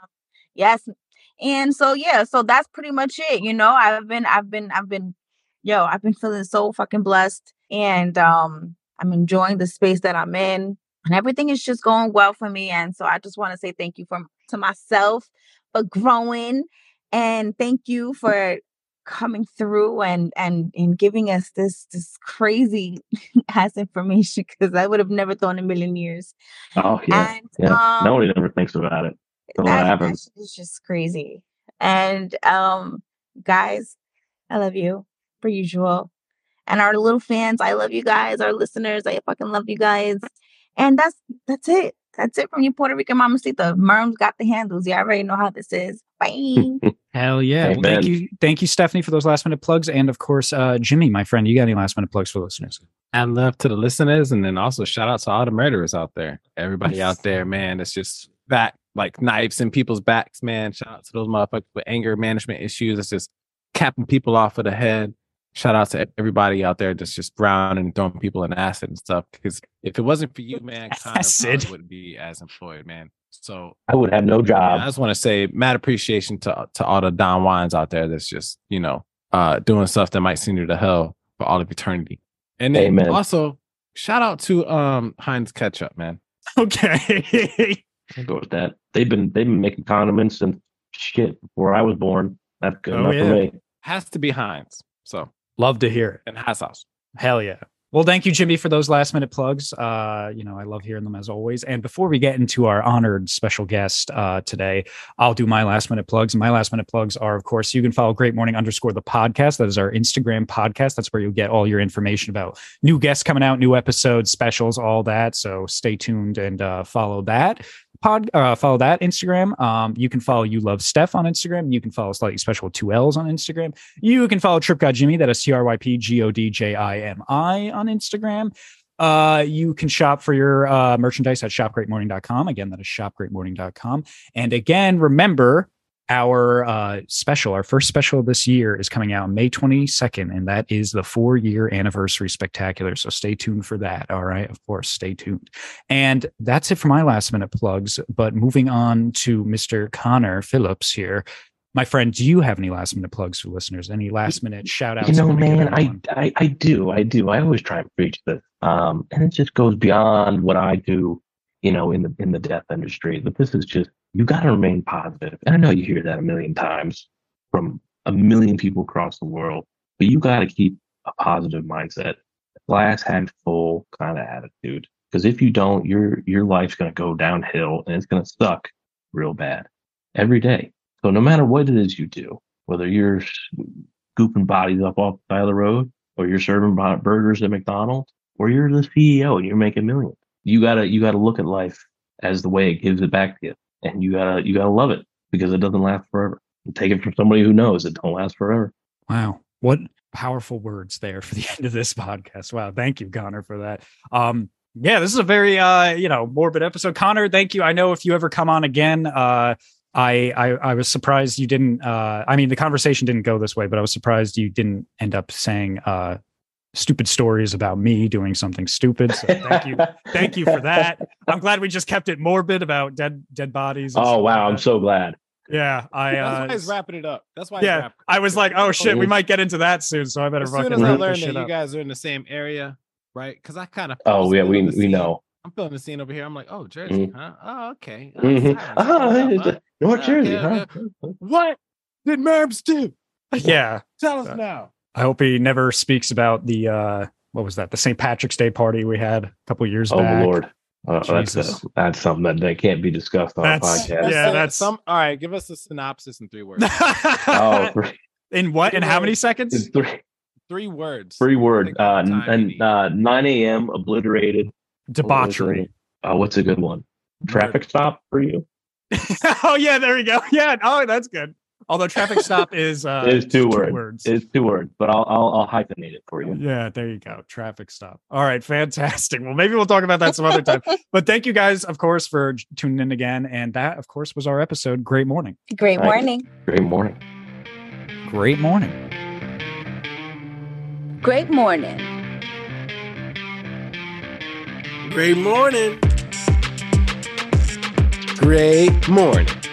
B: Yes. And so yeah, so that's pretty much it. You know, I've been I've been I've been yo, I've been feeling so fucking blessed and um I'm enjoying the space that I'm in and everything is just going well for me and so I just want to say thank you for to myself for growing and thank you for coming through and and and giving us this this crazy ass information because I would have never thought in a million years.
E: Oh yeah.
B: And
E: Yeah.
B: um
E: Nobody ever thinks about it. Until
B: that,
E: it
B: that
E: happens.
B: shit is just crazy. And um, guys, I love you per usual. And our little fans, I love you guys. Our listeners, I fucking love you guys. And that's that's it. That's it from your Puerto Rican mamacita. Merm's got the handles. You already know how this is. Bye.
A: Hell yeah! Well, thank
E: Amen.
A: you, thank you, Stephanie, for those last minute plugs, and of course, uh, Jimmy, my friend, you got any last minute plugs for listeners?
D: And love to the listeners, and then also shout out to all the murderers out there. Everybody out there, man, that's just back like knives in people's backs, man. Shout out to those motherfuckers with anger management issues. That's just capping people off of the head. Shout out to everybody out there that's just drowning and throwing people in acid and stuff. Because if it wasn't for you, man, Connor
A: Acid.
D: probably wouldn't be as employed, man. So
E: I would have no
D: Yeah, I
E: job.
D: just want to say mad appreciation to to all the Don Wines out there that's just, you know, uh doing stuff that might send you to hell for all of eternity. And then
E: Amen.
D: also shout out to um Heinz Ketchup, man.
A: Okay.
E: I'll go with that. They've been they've been making condiments since shit before I was born. That's good
A: Oh,
E: enough
A: yeah.
E: for me.
D: Has to be Heinz. So
A: Love to hear it.
D: and hot sauce.
A: Hell yeah. Well, thank you, Jimmy, for those last minute plugs. Uh, you know, I love hearing them as always. And before we get into our honored special guest uh, today, I'll do my last minute plugs. And my last minute plugs are, of course, you can follow Great Morning underscore the podcast. That is our Instagram podcast. That's where you'll get all your information about new guests coming out, new episodes, specials, all that. So stay tuned and uh, follow that. Pod, uh, follow that Instagram. Um, you can follow You Love Steph on Instagram. You can follow Slightly Special with Two L's on Instagram. You can follow Trip God Jimmy, that is T R Y P G O D J I M I on Instagram. Uh, you can shop for your uh, merchandise at shopgreatmorning.com. Again, that is shopgreatmorning.com. And again, remember our uh, special, our first special of this year is coming out May 22nd, and that is the four year anniversary spectacular. So stay tuned for that. All right. Of course, stay tuned. And that's it for my last minute plugs. But moving on to Mr. Connor Phillips here my friend, do you have any last minute plugs for listeners? Any last minute shout outs?
E: You know, man, I, I I do, I do. I always try and preach this, um, and it just goes beyond what I do, you know, in the in the death industry. But this is just you got to remain positive, and I know you hear that a million times from a million people across the world, but you got to keep a positive mindset, glass half full kind of attitude. Because if you don't, your your life's gonna go downhill and it's gonna suck real bad every day. So no matter what it is you do, whether you're scooping bodies up off the side of the road, or you're serving bu- burgers at McDonald's, or you're the CEO and you're making millions, you gotta you gotta look at life as the way it gives it back to you, and you gotta you gotta love it because it doesn't last forever. Take it from somebody who knows it don't last forever.
A: Wow. What powerful words there for the end of this podcast. Wow. Thank you, Connor, for that. Um, yeah, this is a very uh, you know, morbid episode. Connor, thank you. I know if you ever come on again, uh I, I I was surprised you didn't uh I mean the conversation didn't go this way, but I was surprised you didn't end up saying uh stupid stories about me doing something stupid. So thank you. thank you for that. I'm glad we just kept it morbid about dead dead bodies. and
E: Oh
A: stuff like
E: wow, I'm
A: that.
E: so glad.
A: yeah. I
D: That's why
A: uh,
D: I was wrapping it up. That's why.
A: yeah,
D: I, wrapped it
A: I
D: up.
A: was like, oh shit, we
E: Oops.
A: might get into that soon. So I better
D: As soon
A: fucking
D: as I
A: wrap
D: learned
A: this shit
D: that you
A: up.
D: guys are in the same area, right? Because I kind of.
E: Oh yeah, we we know. Mm-hmm.
D: I'm feeling the scene over here. I'm like, oh, Jersey, huh? Oh, okay. Oh,
E: Mhm.
D: Sirens,
E: Ah,
D: hold up,
E: it's,
D: huh?
E: uh, North
D: Yeah,
E: Jersey,
D: yeah,
E: huh?
D: What did Merbs do?
A: Yeah.
D: Tell us
A: Uh,
D: now.
A: I hope he never speaks about the uh what was that? The St. Patrick's Day party we had a couple years
E: Oh
A: back.
E: Lord, uh, that's
A: Jesus.
E: uh, that's something that, that can't be discussed on a
A: That's-
E: podcast.
A: yeah.
D: Let's say
A: that's-
D: some. All right, give us a synopsis in three words.
E: Oh, three,
A: in what? In how many seconds?
E: three,
D: three words.
E: three word.
D: Think
E: Uh,
D: of the time you
E: n-
D: need.
E: uh, nine a.m. obliterated.
A: Debauchery.
E: Uh, what's a good one? Traffic stop for you.
A: oh yeah, there we go. Yeah. Oh, that's good. Although traffic stop is uh
E: It is two words.
A: words.
E: It's two words, but I'll I'll, I'll hyphenate it for you.
A: Yeah, there you go. Traffic stop. All right, fantastic. Well, maybe we'll talk about that some other time. But thank you guys, of course, for j- tuning in again. And that, of course, was our episode. Great morning.
B: Great
E: All right.
B: morning.
E: Great morning.
A: Great morning.
B: Great morning.
C: Great morning.
D: Great morning.